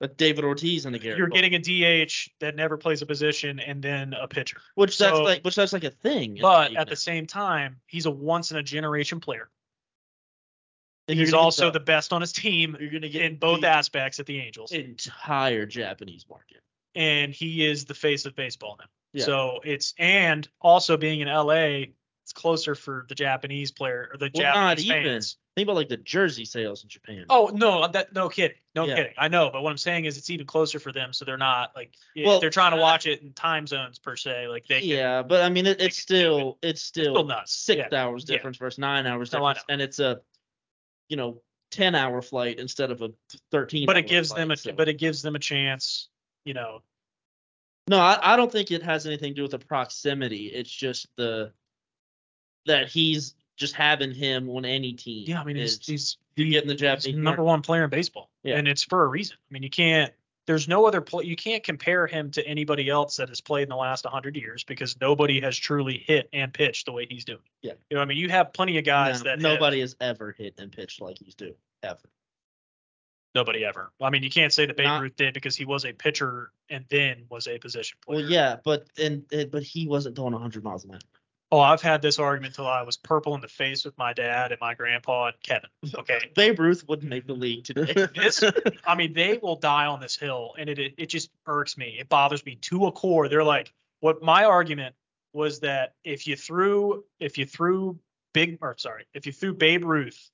but David Ortiz and the Garrett.
you're
Cole.
getting a DH that never plays a position and then a pitcher.
which that's
so-
like which that's like a thing. in
But
league
at the
now.
same time, he's a once in a generation player.
And you're
He's
gonna get
also the best on his team
you're gonna get
in both
the
aspects at the Angels.
entire Japanese market.
and he is the face of baseball now.
Yeah.
So it's and also being in LA, it's closer for the Japanese player or the
Well, not
Japanese
even.
fans.
Think about like the jersey sales in Japan.
Oh no, that no kidding, no
Yeah.
kidding. I know, but what I'm saying is it's even closer for them, so they're not like yeah,
Well,
they're trying to
I-
watch it in time zones per se. Like they can,
yeah, but I mean, it, it's
could do it.
still it's still,
still nuts.
six hours
Yeah.
difference versus nine hours
No, I
difference, and it's a you know ten hour flight instead of a thirteen.
but it
hour
gives them a
flight, so-
but it gives them a chance. You know,
no, I, I don't think it has anything to do with the proximity. It's just the that he's just having him on any team.
yeah. I mean, he's
is-
he's,
you get in the
he's
Japanese
number
market.
one player in baseball,
Yeah.
and it's for a reason. I mean, you can't. There's no other play. You can't compare him to anybody else that has played in the last 100 years because nobody has truly hit and pitched the way he's doing.
Yeah.
You know, what I mean, you have plenty of guys
No,
that have-
nobody has ever hit and pitched like he's doing ever.
Nobody ever. I mean, you can't say that Babe
Not-
Ruth did because he was a pitcher and then was a position player.
Well, yeah, but and and- but he wasn't throwing 100 miles an hour.
Oh, I've had this argument till I was purple in the face with my dad and my grandpa and Kevin. Okay.
Babe Ruth wouldn't make the league today.
This, I mean, they will die on this hill, and it it it just irks me. It bothers me to a core. They're like, what my argument was that if you threw if you threw big or sorry, if you threw Babe Ruth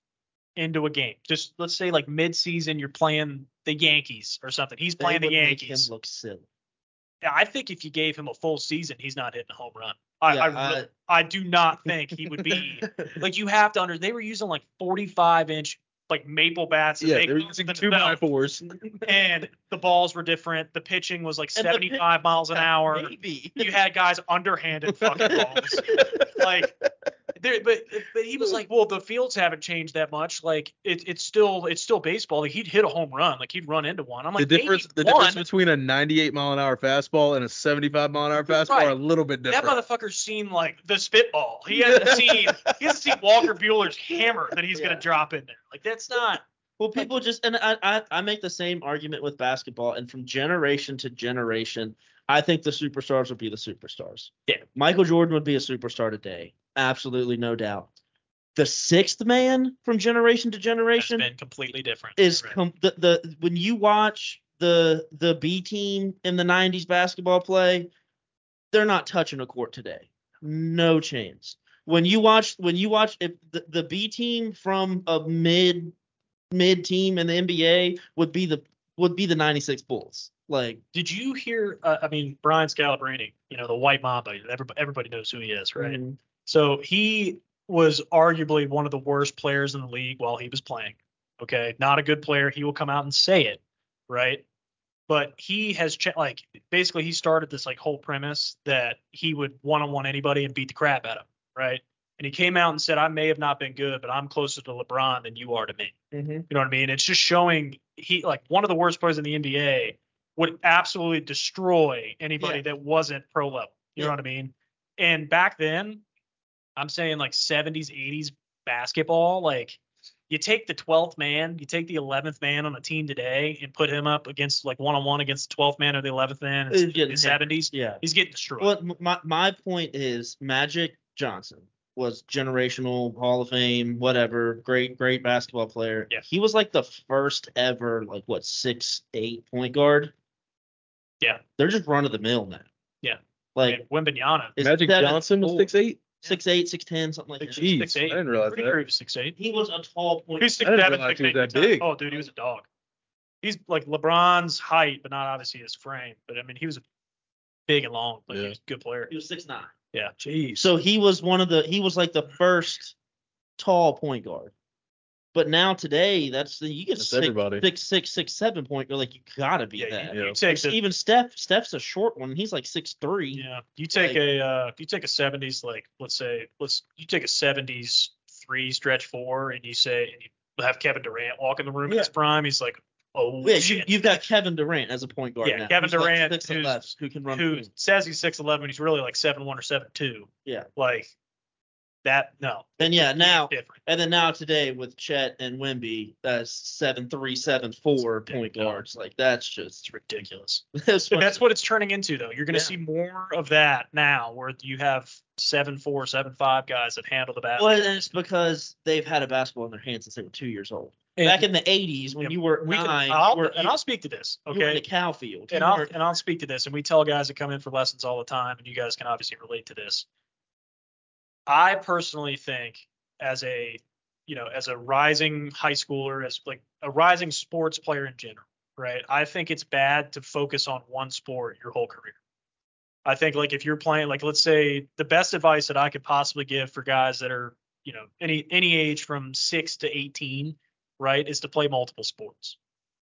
into a game, just let's say like mid season, you're playing the Yankees or something. He's
They
playing the
would make
Yankees.
him look silly.
Yeah, I think if you gave him a full season, he's not hitting a home run. I
Yeah,
uh,
uh,
I, re- I do not think he would be like you have to under. They were using like 45 inch like maple bats. and
Yeah,
they
they're
couldn't
using
even
two
belt.
by fours.
and the balls were different. The pitching was like
And the
75 miles an hour.
Maybe.
You had guys underhanded fucking balls. Like, there, but but he was like, well, the fields haven't changed that much. Like, it, it's still it's still baseball. Like, he'd hit a home run. Like, he'd run into one. I'm like,
the difference, the
"Maybe one,
difference between a 98 mile an hour fastball and a 75 mile an hour fastball
Right.
are a little bit different.
That motherfucker's seen like the spitball. He hasn't seen he hasn't seen Walker Bueller's hammer that he's
Yeah.
gonna drop in there. Like that's not
Well, people just and I, I I make the same argument with basketball, and from generation to generation, I think the superstars would be the superstars.
Yeah.
Michael Jordan would be a superstar today, absolutely no doubt. The sixth man from generation to
that's
generation
been completely different.
is
Right.
com- the, the when you watch the the B team in the 90s basketball play, they're not touching a court today. No chance. When you watch when you watch if the, the B team from a mid mid team in the NBA would be the would be the 96 Bulls. Like
Did you hear? Uh, I mean, Brian Scalabrine, you know the White Mamba. Everybody, everybody knows who he is, right?
mm,
So he was arguably one of the worst players in the league while he was playing. Okay, not a good player. He will come out and say it, right? But he has cha- like basically he started this like whole premise that he would one on one anybody and beat the crap out of him, right? And he came out and said, "I may have not been good, but I'm closer to LeBron than you are to me."
mhm.
You know what I mean? It's just showing he like one of the worst players in the NBA would absolutely destroy anybody
Yeah.
that wasn't pro level. You know
Yeah.
what I mean? And back then, I'm saying like 70s, 80s basketball, like you take the 12th man, you take the 11th man on a team today and put him up against like one on one against the 12th man or the 11th man in
He's getting
the
hammered.
70s.
Yeah.
He's getting destroyed.
Well, m- my my point is Magic Johnson was generational Hall of Fame, whatever, great great basketball player.
Yeah.
He was like the first ever, like what six eight point guard.
Yeah.
they're just run of the mill now.
Yeah.
like
and Wembenyana,
it's
Magic
seven,
Johnson was
four,
six eight.
six eight, six ten, something like that.
Jeez,
six
I
eight.
didn't realize
pretty
that.
sure he was six eight.
He was a tall point.
He's
I
six
didn't
seven,
realize
six
he was
eight.
that
six nine.
big.
Oh, dude, he was a dog. He's like LeBron's height, but not obviously his frame. But I mean, he was big and long, but he
Yeah.
was a good player.
He was six nine.
Yeah.
Jeez.
So he was one of the he was like the first tall point guard. But now today, that's the you get
That's
six,
everybody.
six six six seven point. You're like you gotta be
Yeah,
that.
you,
Yeah.
you take
Because
the,
Even Steph Steph's a short one. He's like six three.
yeah, you take
like-
a uh, if you take a seventies like let's say let's you take a seventies three stretch four and you say and you have Kevin Durant walk in the room in his prime, he's like oh
you,
shit.
you've got Kevin Durant as a point guard
Yeah,
now.
Kevin
who's like
Durant,
6'11",
who's-
who can run.
who
point.
says he's six eleven, he's really like seven one or seven two.
Yeah.
Like that no
And yeah, now
different.
and then now today with Chet and Wimby, that's seven three seven four
Yeah,
point
no.
guards. Like that's just
It's ridiculous.
that's
But
what-
that's what it's turning into, though. You're going to
Yeah.
see more of that now, where you have seven four, seven five guys that handle the basket.
Well, and it's because they've had a basketball in their hands since they were two years old.
And-
Back in the '80s, when
Yeah,
you were
we can,
nine,
I'll,
you were,
and
you,
I'll speak to this,
you were in a
okay?
cow field.
And
You
I'll
weren't-
and I'll speak to this, and we tell guys that come in for lessons all the time, and you guys can obviously relate to this. I personally think as a you know as a rising high schooler as like a rising sports player in general, right? I think it's bad to focus on one sport your whole career. I think like if you're playing like let's say the best advice that I could possibly give for guys that are, you know, any any age from 6 to 18, right, is to play multiple sports.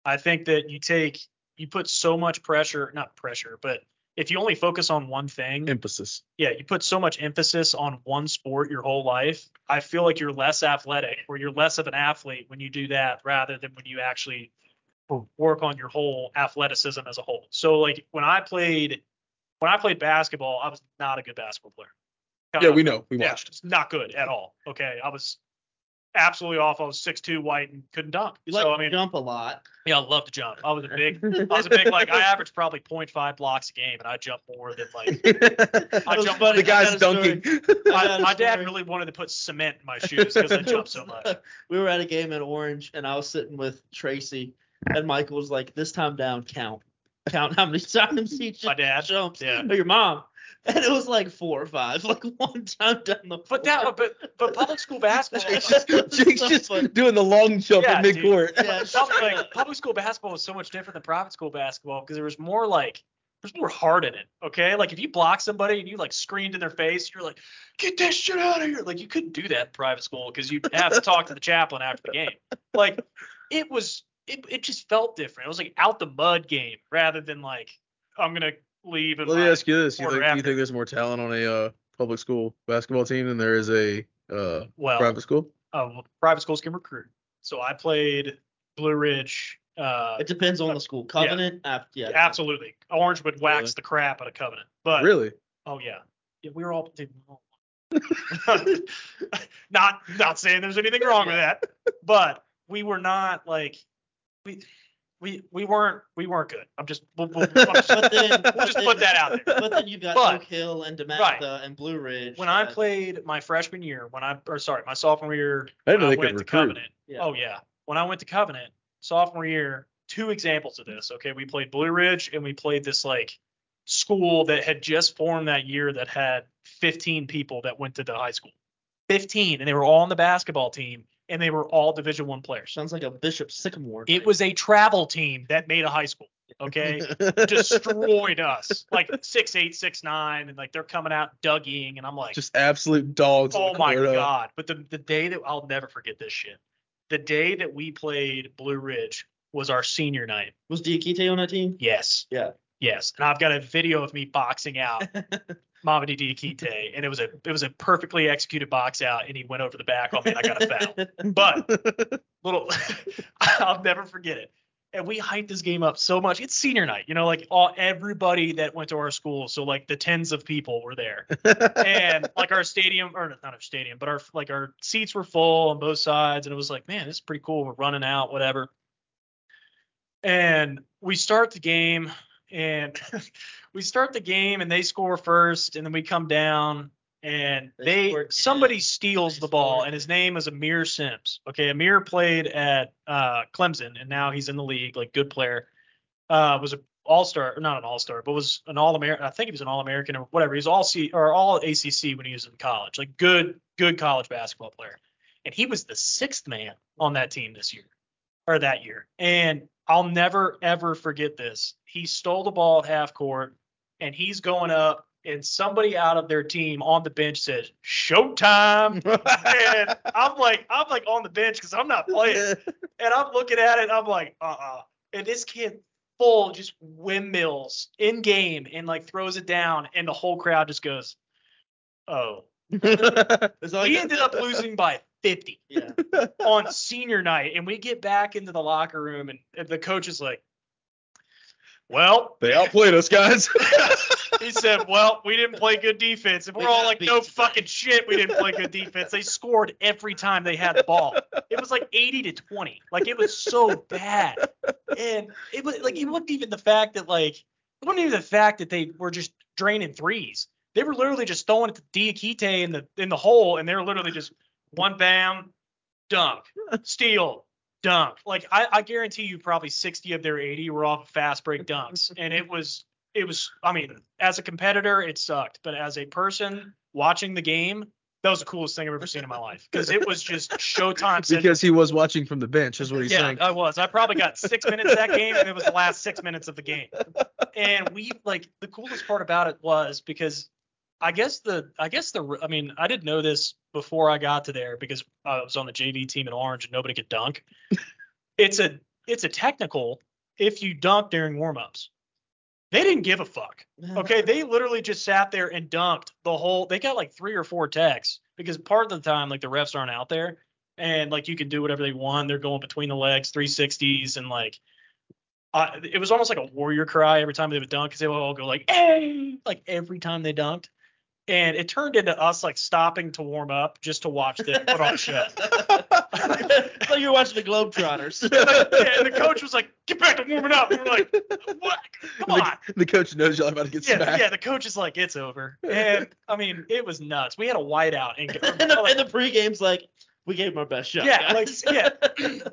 I think that you take you put so much pressure, not pressure, but if you only focus on one thing,
Emphasis.
yeah, you put so much emphasis on one sport your whole life. I feel like you're less athletic or you're less of an athlete when you do that rather than when you actually work on your whole athleticism as a whole. So like when I played when I played basketball, I was not a good basketball player.
Yeah, we know. We
Yeah,
watched.
just not good at all. Okay. I was absolutely off. I was six two white and couldn't dunk.
You like
so
to
I mean
jump a lot.
yeah, I love to jump. I was a big I was a big like I averaged probably 0.5 blocks a game and I jumped more than like I jumped
the
funny. I got
guy's
a story.
dunking.
my, my dad
Sorry.
really wanted to put cement in my shoes because I jumped so much.
we were at a game at Orange, and I was sitting with Tracy, and Michael was like, "This time down, count, count how many times he
My
ju-
dad.
jumps."
Yeah.
Or your mom, and it was like four or five, like one time down the.
But that, but but public school basketball,
It's
is-
Jake's just
But-
doing the long jump
Yeah,
at
dude.
midcourt.
yeah,
public, like, public school basketball was so much different than private school basketball because there was more like there's more heart in it. Okay, like if you block somebody and you like screamed in their face, you're like, get that shit out of here. Like you couldn't do that in private school because you'd have to talk to the chaplain after the game. Like it was, it it just felt different. It was like out the mud game rather than like I'm gonna leave. And
Let me
my-
ask you this: you
Quarter
think, do you
after.
think there's more talent on a uh, public school basketball team than there is a uh,
well,
private school?
uh, well, private schools can recruit. So I played Blue Ridge. Uh,
it depends on the school. Covenant, yeah, yeah.
absolutely, Orange would wax
Really?
the crap out of Covenant. But
really?
oh yeah, yeah, we were all. not not saying there's anything wrong with that, but we were not like we we we weren't we weren't good. I'm just we'll, we'll, I'm just-
But then,
we'll just put that out there.
But then you've got
But-
Oak Hill and Dematha and Blue Ridge. uh,
when I
that-
played my freshman year, when I or sorry, my sophomore year,
I didn't
when
know they could
went to
recruit.
Covenant.
Yeah.
Oh yeah, when I went to Covenant sophomore year, two examples of this. Okay, we played Blue Ridge and we played this like school that had just formed that year that had 15 people that went to the high school, 15, and they were all on the basketball team and they were all Division One players.
sounds like a Bishop Sycamore.
It was a travel team that made a high school. Okay destroyed us like six eight six nine and like they're coming out dugging and i'm like
just absolute dogs. on
oh
the
my
court, uh,
god but the, the day that i'll never forget this shit the day that we played blue ridge was our senior night
was Diakite on that team?
yes
Yeah.
yes and i've got a video of me boxing out mamadi diakite and it was a it was a perfectly executed box out and he went over the back on me and i got a foul but little, I'll never forget it. And we hyped this game up so much. It's senior night, you know, like all everybody that went to our school, so like the tens of people were there, and like our stadium, or not our stadium, but our like our seats were full on both sides, and it was like, man, this is pretty cool. We're running out, whatever. And we start the game, and we start the game, and they score first, and then we come down, and
They
they,
scored, yeah.
somebody steals the ball,
scored.
and his name is Amir Sims. Okay, Amir played at uh, Clemson, and now he's in the league, like good player. Uh, was an all star, not an all star, but was an all American. I think he was an all American or whatever. He was all C or all ACC when he was in college, like good, good college basketball player. And he was the sixth man on that team this year or that year. And I'll never ever forget this. He stole the ball at half court and he's going up, and somebody out of their team on the bench says, Showtime. and I'm like, I'm like on the bench because I'm not playing. And I'm looking at it, and I'm like, uh uh And this kid full just windmills in game and like throws it down, and the whole crowd just goes, Oh.
It's all
We
good.
ended up losing by 50
Yeah.
on senior night, and we get back into the locker room, and- and the coach is like, "Well,"
they outplayed us, guys.
he said, "Well, we didn't play good defense." And
We
we're all
got
like,
beat.
"No fucking shit, we didn't play good defense." They scored every time they had the ball. It was like 80 to 20. Like it was so bad, and it was like it wasn't even the fact that like it wasn't even the fact that they were just draining threes. They were literally just throwing it to Diakite in the in the hole, and they were literally just one bam, dunk, steal, dunk. Like I, I guarantee you, probably 60 of their 80 were off of fast break dunks, and it was it was. I mean, as a competitor, it sucked, but as a person watching the game, That was the coolest thing I've ever seen in my life because it was just Showtime. Said,
because he was watching from the bench, is what he's
yeah,
saying.
I was. I probably got six minutes of that game, and it was the last six minutes of the game. And we like the coolest part about it was because I guess the I guess the I mean I didn't know this before I got to there because I was on the JV team in Orange and nobody could dunk. It's a it's a technical if you dunk during warmups. They didn't give a fuck. Okay, they literally just sat there and dunked the whole. They got like three or four techs because part of the time, like the refs aren't out there, and like you can do whatever they want. They're going between the legs, three sixties, and like, I, it was almost like a warrior cry every time they would dunk because they would all go like, "Hey!" like every time they dunked, and it turned into us like stopping to warm up just to watch them put on a show.
it's like you're watching the Globetrotters.
Yeah, and the coach was like, "Get back to warming up." And we're like, "What? Come on!"
The, the coach knows y'all about to get
yeah,
smacked.
yeah. The coach is like, it's over, and I mean, it was nuts. We had a whiteout, and,
and, the, and the pregame's like, we gave him our best shot.
yeah, like
guys."
yeah,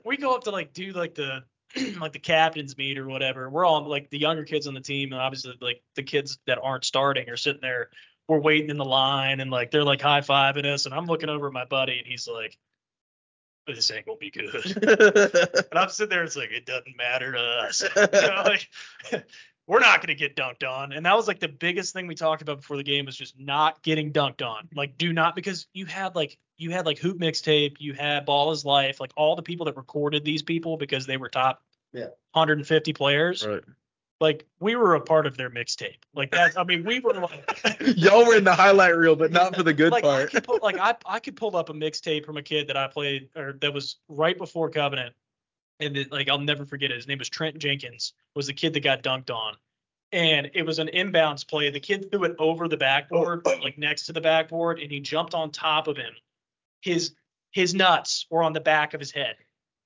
we go up to like do like the like the captain's meet or whatever. We're all like the younger kids on the team, and obviously like the kids that aren't starting are sitting there. We're waiting in the line, and like they're like high fiving us, and I'm looking over at my buddy, and he's like, "This ain't gonna be good." And I'm sitting there, it's like it doesn't matter to us. You know, like, we're not going to get dunked on. And that was like the biggest thing we talked about before the game was just not getting dunked on. Like, do not because you had like you had like hoop mixtape, you had Ball is Life, like all the people that recorded these people because they were top
Yeah.
150 players.
Right.
Like we were a part of their mixtape. Like that. I mean, we were like.
Y'all were in the highlight reel, but not for the good
like, I
part.
could pull, like I I could pull up a mixtape from a kid that I played or that was right before Covenant, and then like I'll never forget it. His name was Trent Jenkins. Was the kid that got dunked on, and it was an inbounds play. The kid threw it over the backboard,
Oh,
like next to the backboard, and he jumped on top of him. His his nuts were on the back of his head,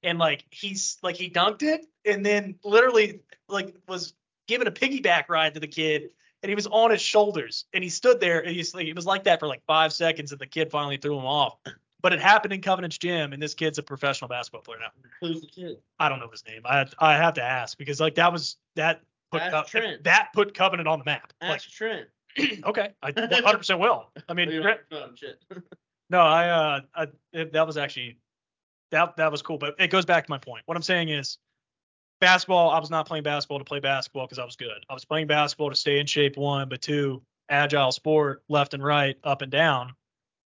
and like he's like he dunked it, and then literally like was giving a piggyback ride to the kid and he was on his shoulders and he stood there and he's like, it was like that for like five seconds and the kid finally threw him off. But it happened in Covenant's gym and this kid's a professional basketball player now.
Who's the kid?
I don't know his name. I I have to ask because like that was that put
Ask
Co-
Trent.
that put Covenant on the map. Like,
Ask Trent.
okay, I 100 percent will. I mean,
Leave it on
Trent-
your phone, shit.
no, I uh, I, it, that was actually that that was cool. But it goes back to my point. What I'm saying is, basketball. I was not playing basketball to play basketball because I was good. I was playing basketball to stay in shape. One, but two, agile sport, left and right, up and down.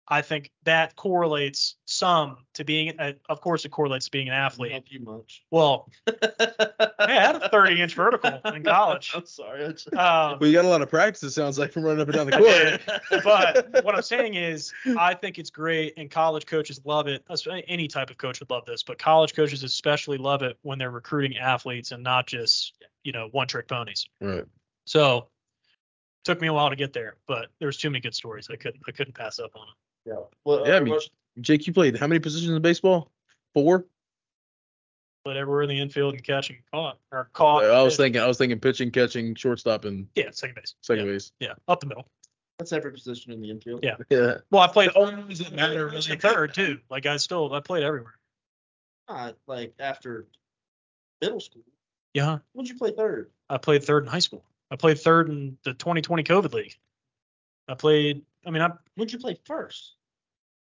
I think that correlates some to being. Uh, of course, it correlates to being an
Doesn't
athlete.
help you much.
Well, I had a
I'm
30 inch vertical in college.
sorry. I just-
Um,
Well, you got a lot of practice. It sounds like from running up and down the court.
but what I'm saying is, I think it's great, and college coaches love it. Espe- Any type of coach would love this, but college coaches especially love it when they're recruiting athletes and not just you know one trick ponies.
right.
So, took me a while to get there, but there was too many good stories. I couldn't I couldn't pass up on it.
Yeah. Well,
Yeah, I mean, Jake, you played how many positions in baseball? Four.
But everywhere in the infield and catching caught or caught.
I was thinking. I was thinking pitching, catching, shortstop, and
yeah, second base.
second
yeah,
base.
yeah, up the middle.
that's every position in the infield.
Yeah.
Yeah.
Well, I played
only ones that matter
really
really-
third too. Like I still I played everywhere.
Not like after middle school.
Yeah,
When'd you play third?
I played third in high school. I played third in the 2020 COVID league. I played. I mean, I
When'd you play first?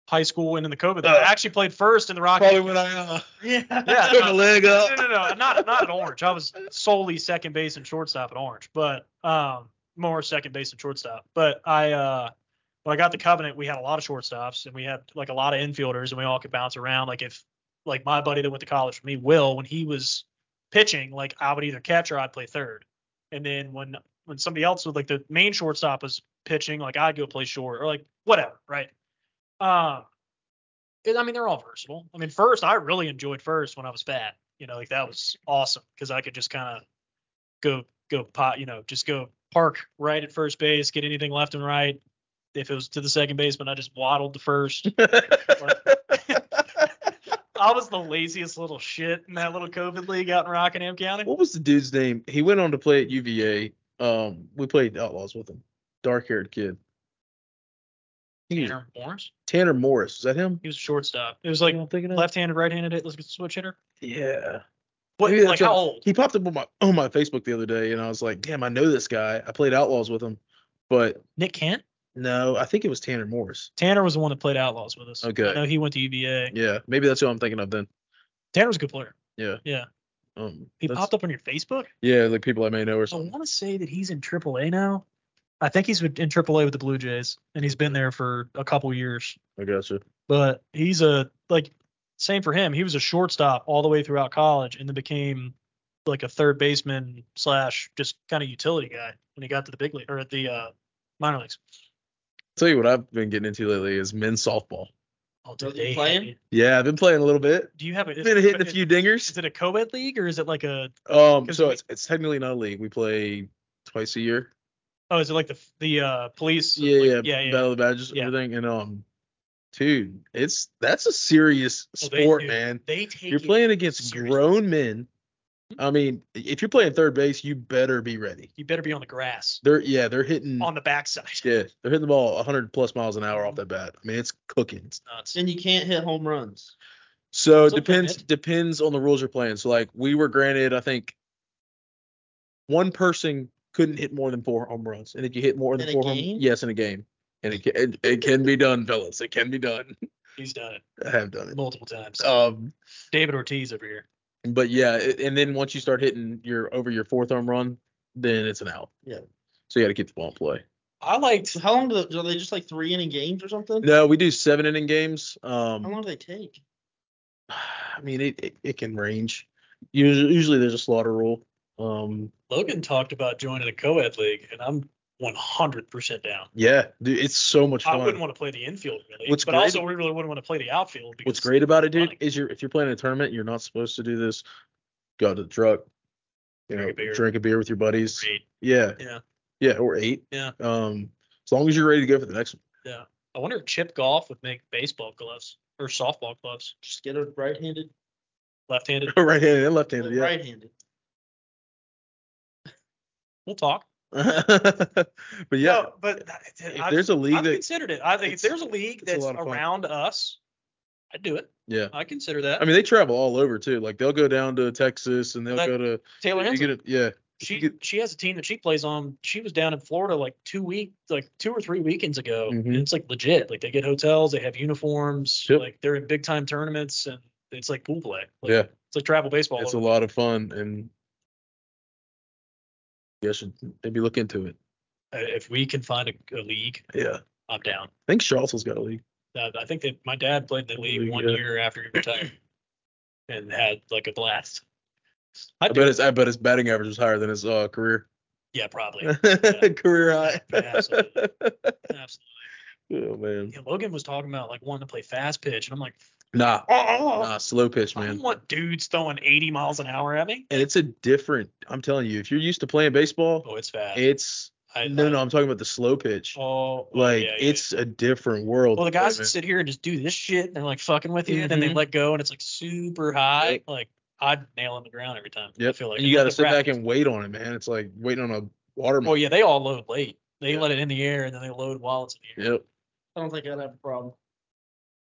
high school and in the COVID.
Uh,
I actually played first in the Rocky.
Probably when I uh,
Yeah.
Yeah.
took a leg
no,
up.
no, no, not not at Orange. I was solely second base and shortstop at Orange, but um, more second base and shortstop. But I uh, when I got the Covenant, we had a lot of shortstops and we had like a lot of infielders and we all could bounce around. Like if like my buddy that went to college with me, Will, when he was pitching, like I would either catch or I'd play third. And then when when somebody else was like the main shortstop was pitching, like I'd go play short or like whatever, right? Um, it- I mean they're all versatile. I mean first I really enjoyed first when I was fat. You know, like that was awesome because I could just kind of go go pot, you know, just go park right at first base, get anything left and right. If it was to the second baseman, I just waddled to first. I was the laziest little shit in that little COVID league out in Rockingham County.
What was the dude's name? He went on to play at UVA. Um, we played Outlaws with him. Dark-haired kid. I think he was-
Tanner Morris.
Tanner Morris. Is that him?
He was a shortstop. It was like
You know what I'm thinking of?
left-handed, right-handed. hit- Let's get switch hitter.
Yeah.
What?
Maybe that's
like
right.
how old?
He popped up on my on my Facebook the other day, and I was like, "Damn, I know this guy. I played Outlaws with him." But
Nick Kent.
No, I think it was Tanner Morris.
Tanner was the one that played Outlaws with us.
Okay.
I know he went to UVA.
Yeah, maybe that's who I'm thinking of then.
Tanner's a good player.
Yeah.
Yeah.
Um,
He
that's-
popped up Oh, on your Facebook.
Yeah, like people I may know or
So I
something.
want to say that he's in AAA now. I think he's with- in AAA with the Blue Jays, and he's been there for a couple years.
I gotcha.
But he's a like same for him. He was a shortstop all the way throughout college, and then became like a third baseman slash just kind of utility guy when he got to the big league or at the uh, minor leagues.
Tell you what I've been getting into lately is men's softball.
Oh,
Does
dude,
he
they
play
have
him?
it.
Yeah, I've been playing a little bit.
Do you have a, is,
Been hitting a
is-
few dingers.
Is it a co-ed league or is it like a?
Um,
'cause
so
we-
it's it's technically not a league. We play twice a year.
Oh, is it like the the uh, police?
yeah,
like-
yeah,
yeah, yeah.
Battle of the Badges,
Yeah.
everything, and um, dude, it's that's a serious
Well, they
sport,
do.
man.
They take
You're
it
playing against
seriously.
grown men.
Mm-hmm.
I mean, if you're playing third base, you better be ready.
You better be on the grass,
They're yeah, they're hitting
on the backside.
Mm. yeah, they're hitting the ball 100 plus miles an
Mm-hmm.
hour off that bat. I mean, it's cooking.
Nuts.
And you can't hit home runs.
So it
Something
depends
that-
depends on the rules you're playing. So like we were granted, I think one person couldn't hit more than four home runs, and if you hit more than
In a
four home,
game?
yes, in a game, and it, ca- it it can be done, fellas. It can be done.
He's done it
I have done it.
multiple times.
Um,
David Ortiz over here.
but yeah, it, and then once you start hitting your over your fourth home run, then it's an out.
Yeah.
So you got to keep the ball in play.
I liked.
How long do they, are they just like three inning games or something?
No, we do seven inning games.
How
Um,
long do they take?
I mean it, it, it can range. Usually, usually there's a slaughter rule. Um,
Logan talked about joining a co-ed league, and I'm 100% down.
yeah, dude, it's so much
I
fun.
wouldn't want to play the infield really,
What's
but
great-
also we really wouldn't want to play the outfield. Because
What's great about it, dude,
Funny.
is you're if you're playing a tournament, you're not supposed to do this. Go to the truck, you
Drink a
drink know,
beer.
drink a beer with your buddies.
Great.
Yeah.
Yeah.
Yeah, or eight.
Yeah.
Um, as long as you're ready to go for the next one.
I wonder if chip golf would make baseball gloves or softball gloves,
Just get a right-handed,
left-handed.
right-handed and left-handed. Yeah.
right-handed.
We'll talk.
but yeah,
No, but that-
if
I've-
there's a league
I've
that,
considered it. I think if
it's-
there's a league
it's a
that's
lot of fun.
around us, I'd do it.
yeah,
I consider that.
I mean they travel all over too. Like they'll go down to Texas and they'll
That-
go to.
Taylor
You
Henson,
get a, yeah. if
she
you get-
she has a team that she plays on. She was down in Florida like two week, like two or three weekends ago, and
Mhm.
it's like legit. Like they get hotels, they have uniforms,
Yep.
like they're in big time tournaments, and it's like pool play. Like,
yeah,
it's like travel baseball. Uh,
it's a
over
lot of fun and. Yeah, I should maybe look into it.
there. if we can find a, a league,
Yeah, I
I'm down.
think Charleston's got a league.
Uh, I think that my dad played in the league
League,
one
yeah.
year after he retired, and had like a blast.
I,
I do.
bet his I bet his batting average was higher than his uh, career
Yeah, probably.
career high.
Absolutely. Absolutely.
oh man.
Yeah, Logan was talking about like wanting to play fast pitch, and I'm like,
Nah,
oh,
nah, slow pitch,
I
man.
don't want dudes throwing 80 miles an hour at me.
And it's a different. I'm telling you, if you're used to playing baseball,
Oh, it's fast.
it's
I,
no,
I-
no. I'm talking about the slow pitch.
Oh, oh,
like
yeah, yeah.
it's a different world.
well, the guys
man.
that sit here and just do this shit, and they're like fucking with you, and then they
Mhm.
let go, and it's like super high.
Yep.
Like I'd nail on the ground every time. I
Yep.
feel like
and you got to
Unless
sit
they're
back
wrapped. Oh,
and wait on it, man. It's like waiting on a watermelon.
Well, yeah, they all load late. They let it in the air, and then they load while it's in the air.
Yep.
I don't think I'd have a problem.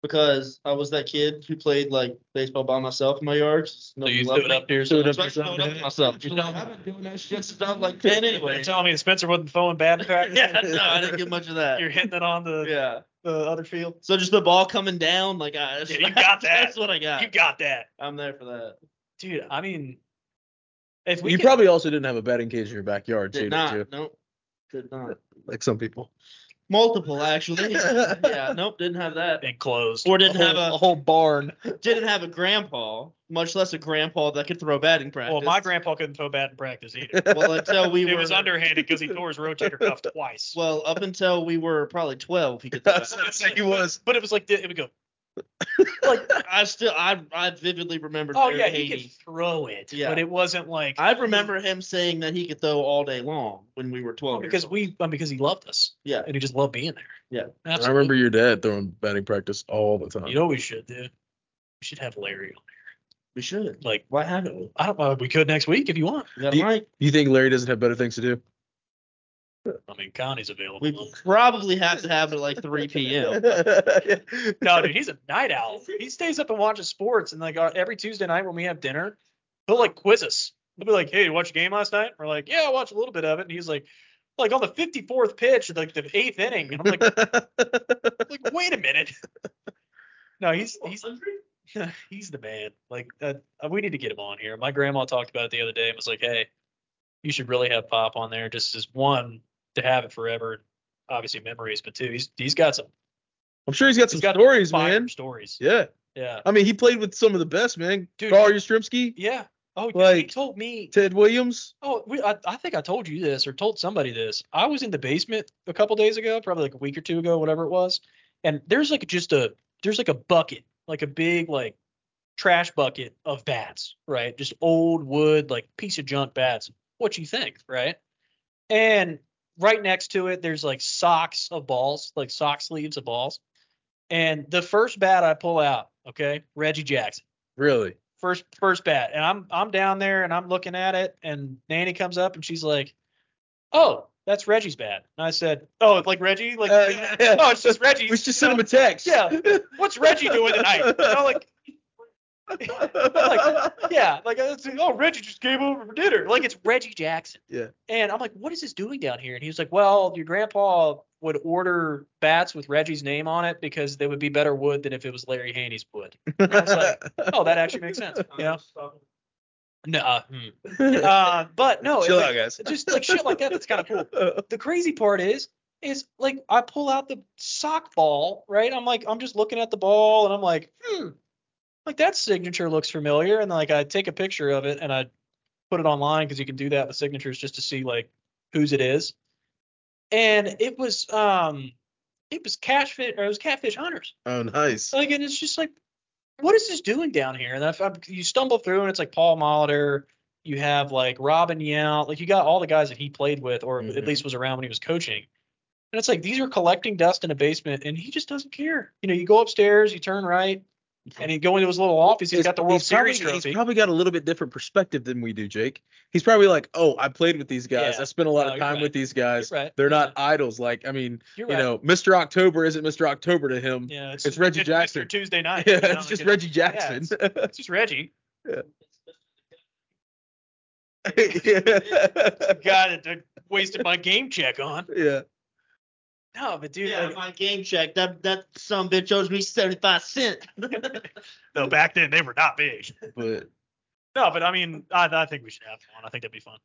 Because I was that kid who played like baseball by myself in my yard.
So you
loved
stood
me.
up there.
Stood
so-
up
Especially when I was myself. You know, I've been doing that shit since I was like ten
You're
anyway.
telling me Spencer wasn't throwing bad in practice.
yeah, no, I didn't get much of that.
You're hitting it on the
Yeah.
the other field.
So just the ball coming down, like I
Yeah, you got that.
That's what I got.
You got that,
I'm there for that.
dude. I mean, if we
You
could-
probably also didn't have a batting cage in your backyard
Did
too, did you?
not. Nope. Did not.
Like some people.
Multiple actually. yeah. Nope. Didn't have that.
enclosed.
Or didn't have a
whole barn.
didn't have a grandpa, much less a grandpa that could throw batting practice.
Well, my grandpa couldn't throw bad in practice either.
Well, until we
it
were
was underhanded because he tore his rotator cuff twice.
Well, up until we were probably twelve, he could. Throw
I was gonna say he was.
But it was like the, it would go.
I still, I, I vividly remember.
Oh
Barry
yeah, he
Haney.
could throw it,
Yeah.
but it wasn't like
I remember him saying that he could throw all day long when we were twelve. years
because
old.
we um, because he loved us
Yeah.
and he just loved being there.
Yeah.
I
Absolutely.
remember your dad throwing batting practice all the time.
You know what we should do? We should have Larry on.
we should.
Like
Why haven't we?
I don't know. We could next week if you want.
We got a
You-
mic.
you think Larry doesn't have better things to do?
I mean, Connie's available.
We probably have to have it at like three p.m.
no, dude, he's a night owl. He stays up and watches sports, and like uh, every Tuesday night when we have dinner, he'll like quiz us. He'll be like, "Hey, you watch a game last night?" We're like, "Yeah, I watched a little bit of it." And he's like,
like on the 54th pitch, like the eighth inning. And I'm like, like wait a minute. No, he's he's he's the man. Like uh, we need to get him on here. My grandma talked about it the other day and was like, hey, you should really have Pop on there just as one to have it forever. Obviously memories, but two, he's he's got some
I'm sure he's got some
he's got
stories,
fire
man.
stories.
Yeah.
Yeah.
I mean, he played with some of the best, man.
Dude.
Carl Yastrzemski,
Yeah. Oh, he
Like-
told me
Ted Williams.
Oh, we, I, I think I told you this or told somebody this. I was in the basement a couple days ago, probably like a week or two ago, whatever it was. And there's like just a there's like a bucket, like a big like trash bucket of bats, right? Just old wood, like piece of junk bats. What you think, right? And right next to it, there's like socks of balls, like sock sleeves of balls. And the first bat I pull out, okay, Reggie Jackson
Really?
first first bat and i'm i'm down there and i'm looking at it and nanny comes up and she's like oh that's reggie's bat and i said oh like reggie like
Uh, yeah.
oh it's just reggie
We should send him a text.
yeah what's reggie doing tonight you know, like like, yeah like I was like, oh reggie just came over for dinner like it's reggie jackson
Yeah.
and i'm like what is this doing down here and he was like well your grandpa would order bats with reggie's name on it because they would be better wood than if it was larry haney's wood And I was like, oh that actually makes sense you know no uh, hmm. uh, but no, it,
Chill
like,
out, guys.
just like shit like that. That's kind of cool. The crazy part is, is like I pull out the sock ball, right? I'm like, I'm just looking at the ball, and I'm like, hmm, like that signature looks familiar, and like I take a picture of it and I put it online because you can do that with signatures just to see like whose it is. And it was, um, it was catfish, or it was catfish hunters.
Oh, nice.
Like, and it's just like, what is this doing down here? And if I'm, you stumble through, and it's like Paul Molitor. You have like Robin Yount. Like you got all the guys that he played with, or at
Mhm.
least was around when he was coaching. And it's like these are collecting dust in a basement, and he just doesn't care. You know, you go upstairs, you turn right, and you go into his little office. He's
It's-
got the World
he's
Series
probably,
trophy.
He's probably got a little bit different perspective than we do, Jake. He's probably like, oh, I played with these guys.
Yeah.
I spent a lot
No,
of
you're
time
right.
with these guys.
You're right.
They're not idols. Like, I mean,
You're
you
right.
know, Mr. October isn't Mr. October to him. Yeah,
yeah,
it's Reggie
Mr.
Jackson.
Tuesday night. you know,
it's
like
just
it-
Reggie Jackson.
It's just Reggie,
Yeah.
the guy that I wasted my game check on.
yeah.
No, but dude,
Yeah,
like,
my game check. That that some bitch owes me seventy five cent.
Though back then they were not big.
But
No, but I mean, I, I think we should have one. I think that'd be fun.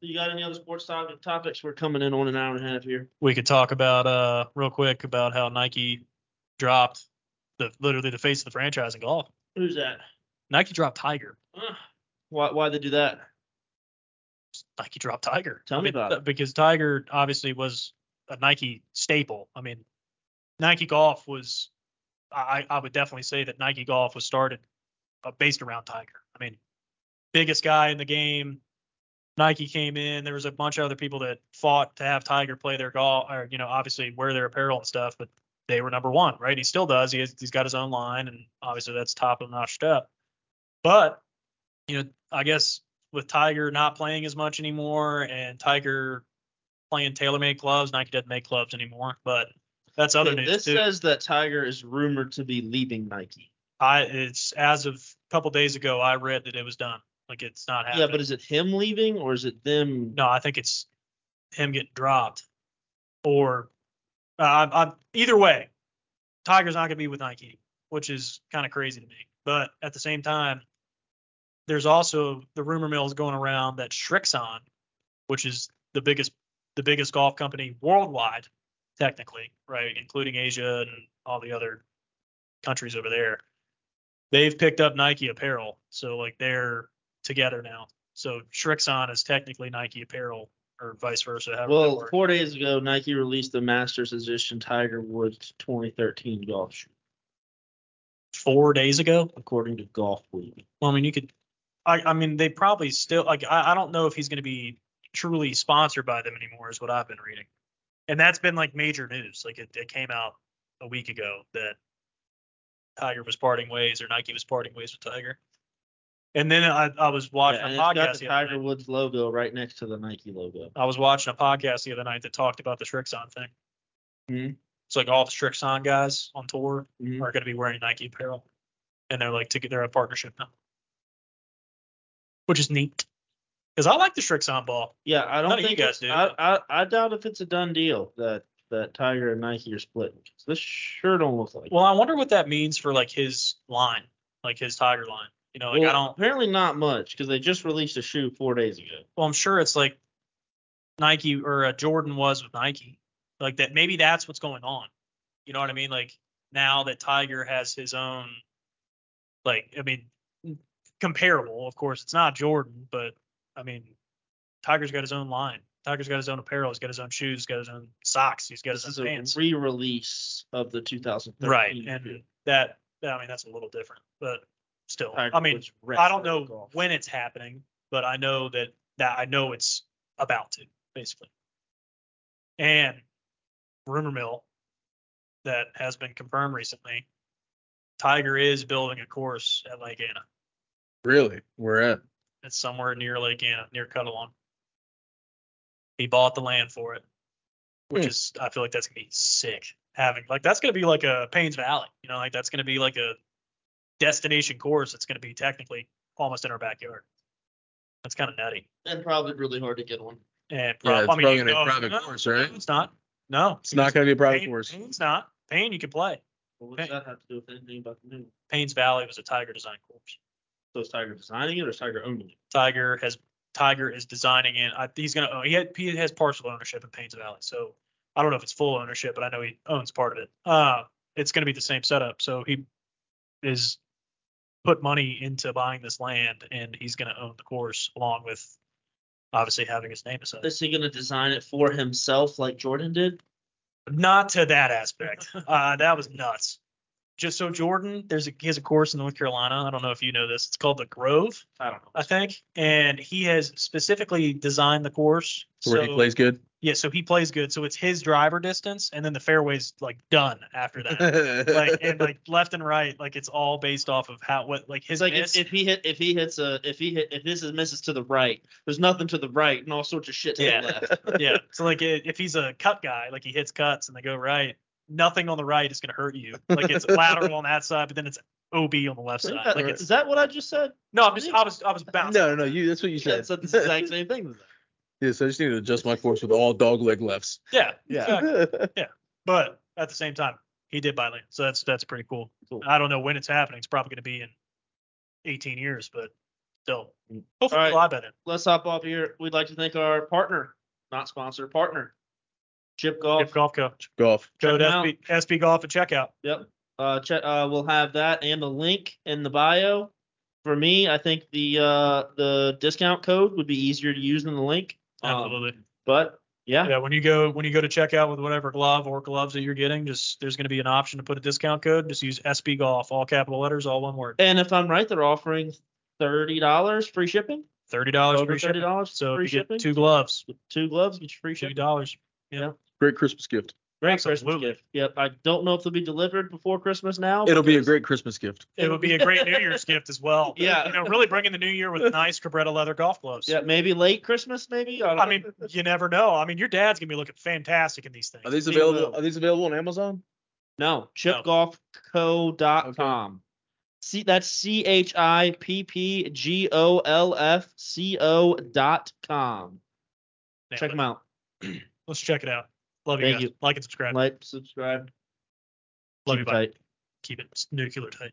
You got any other sports topic, topics? We're coming in on an hour and a half here.
We could talk about uh real quick about how Nike dropped the literally the face of the franchise in golf.
Who's that?
Nike dropped Tiger.
Ugh. Why why they do that?
Nike dropped Tiger.
Tell
I
me
mean,
about
th- Because Tiger obviously was a Nike staple. I mean, Nike Golf was. I I would definitely say that Nike Golf was started uh, based around Tiger. I mean, biggest guy in the game. Nike came in. There was a bunch of other people that fought to have Tiger play their golf, or you know, obviously wear their apparel and stuff. But they were number one, right? He still does. He has, he's got his own line, and obviously that's top of notch stuff. But you know, I guess with Tiger not playing as much anymore and Tiger playing TaylorMade clubs, Nike doesn't make clubs anymore. But that's other news
this
too.
says that Tiger is rumored to be leaving Nike.
I it's as of a couple days ago, I read that it was done. Like it's not happening.
Yeah, but is it him leaving or is it them?
no, I think it's him getting dropped, or uh, I'm, I'm either way, Tiger's not gonna be with Nike, which is kind of crazy to me. But at the same time, there's also the rumor mills going around that Shrixon, which is the biggest the biggest golf company worldwide, technically, right, including Asia and all the other countries over there. They've picked up Nike apparel, so like they're together now. So Shrixon is technically Nike apparel, or vice versa. however that
Well,
works.
four days ago, Nike released the Masters Edition Tiger Woods 2013 golf shoe,
four days ago.
according to Golf Week.
Well, I mean, you could. I, I mean, they probably still like. I, I don't know if he's going to be truly sponsored by them anymore, is what I've been reading, and that's been like major news. Like it, it came out a week ago that Tiger was parting ways, or Nike was parting ways with Tiger. And then I, I was watching
Yeah, and
a
it's
podcast.
got the
the other
Tiger
night.
Woods logo right next to the Nike logo.
I was watching a podcast the other night that talked about the Strixon thing.
Mhm.
It's like all the Strixon guys on tour
Mhm.
are going to be wearing Nike apparel, and they're like to get they're a partnership now, which is neat. Because I like the Strixon ball.
Yeah, I don't
None of you
think
guys
it-
do.
I, I I doubt if it's a done deal that that Tiger and Nike are splitting. 'Cause This sure don't look like. it.
Well, I wonder what that means for like his line, like his Tiger line. You know, like
Well,
I don't.
Apparently not much because they just released a shoe four days ago.
Well, I'm sure it's like Nike or uh, Jordan was with Nike. Like that. Maybe that's what's going on. You know what I mean? Like now that Tiger has his own, like I mean, comparable. Of course, it's not Jordan, but I mean, Tiger's got his own line. Tiger's got his own apparel. He's got his own shoes. He's got his own socks. He's got
This
his
is
own
a
pants.
re-release of the 2013.
right
shoe.
and that i mean that's a little different but still
Tiger
i mean
was wrecked
i don't
by the
know
golf.
when it's happening but i know that that i know it's about to basically and rumor mill that has been confirmed recently tiger is building a course at lake anna
Really? We're at
it's somewhere near lake anna near cuddalon he bought the land for it which
Hmm.
is I feel like that's gonna be sick having like that's gonna be like a Payne's Valley, you know, like that's gonna be like a destination course that's gonna be technically almost in our backyard. That's kind of nutty.
and probably really hard to get one.
And
Yeah,
prob-
it's
I mean,
probably gonna be a
no,
private
no,
course,
no,
right?
It's not. No,
it's not gonna be a private
Payne-
course.
Payne's not. Payne you can play.
Well, what
Okay.
does that have to do with anything about the new? one?
Payne's Valley was a Tiger design course.
So is Tiger designing it or is Tiger owning it?
Tiger has Tiger is designing it. I, he's gonna own- he had, he has partial ownership in Payne's Valley, so I don't know if it's full ownership, but I know he owns part of it. Uh, it's gonna be the same setup. So he is put money into buying this land, and he's gonna own the course along with obviously having his name aside.
Is he going to design it for himself like Jordan did?
Not to that aspect. Uh, that was nuts. Just so Jordan, there's a he has a course in North Carolina. I don't know if you know this. It's called the Grove.
I don't know.
I think, and he has specifically designed the course.
to where
so,
he plays good.
Yeah, so he plays good. So it's his driver distance, and then the fairway's like done after that. like
like,
and like left and right, like it's all based off of how what like his
It's like
miss.
if, if he hit if he hits a if he hit if this is misses to the right, there's nothing to the right and all sorts of shit to
Yeah.
the left.
yeah. So like i- if he's a cut guy, like he hits cuts and they go right, nothing on the right is gonna hurt you. Like it's lateral on that side, but then it's OB on the left
Is
side.
that-
Like
Right.
it's
is that what I just said?
no, I'm just I was I was
no,
bouncing.
no, no, you. That's what you
Yeah,
said.
it's the exact same thing.
yeah, so I just need to adjust my course with all dog leg lefts.
Yeah.
Yeah.
exactly. But at the same time, he did buy land, so that's that's pretty cool.
Cool.
I don't know when it's happening. It's probably going to be in 18 years, but still,
Mm.
hopefully,
All right.
it'll lie by then.
Let's hop off here. We'd like to thank our partner, not sponsor, partner, Chip Golf.
If golf coach,
Golf.
go
Check
to
them out.
SB, SB Golf and check out.
Yep. Uh, check, uh, we'll have that and the link in the bio. For me, I think the uh, the discount code would be easier to use than the link. Um,
Absolutely.
but yeah,
yeah, when you go when you go to check out with whatever glove or gloves that you're getting, just there's going to be an option to put a discount code. Just use SB Golf, all capital letters, all one word.
and if I'm right, they're offering thirty dollars free shipping.
Thirty dollars
Over
free
thirty
shipping.
dollars.
So
free
if you
shipping.
get two gloves,
two gloves, get your free
two
shipping.
dollars.
Great Christmas gift.
Great Christmas
Absolutely.
gift. Yep. I don't know if they'll be delivered before Christmas
Oh
now.
It'll be a
because-
great Christmas gift.
It would be a great New Year's gift as well.
Yeah.
you know, really bringing the new year with nice Cabretta leather golf gloves.
Yeah, maybe late Christmas, maybe. I, don't
I mean, you never know. I mean, your dad's gonna be looking fantastic in these things.
Are these
We
available?
will.
Are these available on Amazon?
no,
Okay.
chipgolfco.com. See, that's C H I P P G O L F C O dot com.
Damn
Check
it.
them out.
Let's check it out. Love you
Thank
guys.
you.
Like and subscribe.
Like, subscribe,
Love
keep
you.
it
Bye.
tight.
Keep it nuclear tight.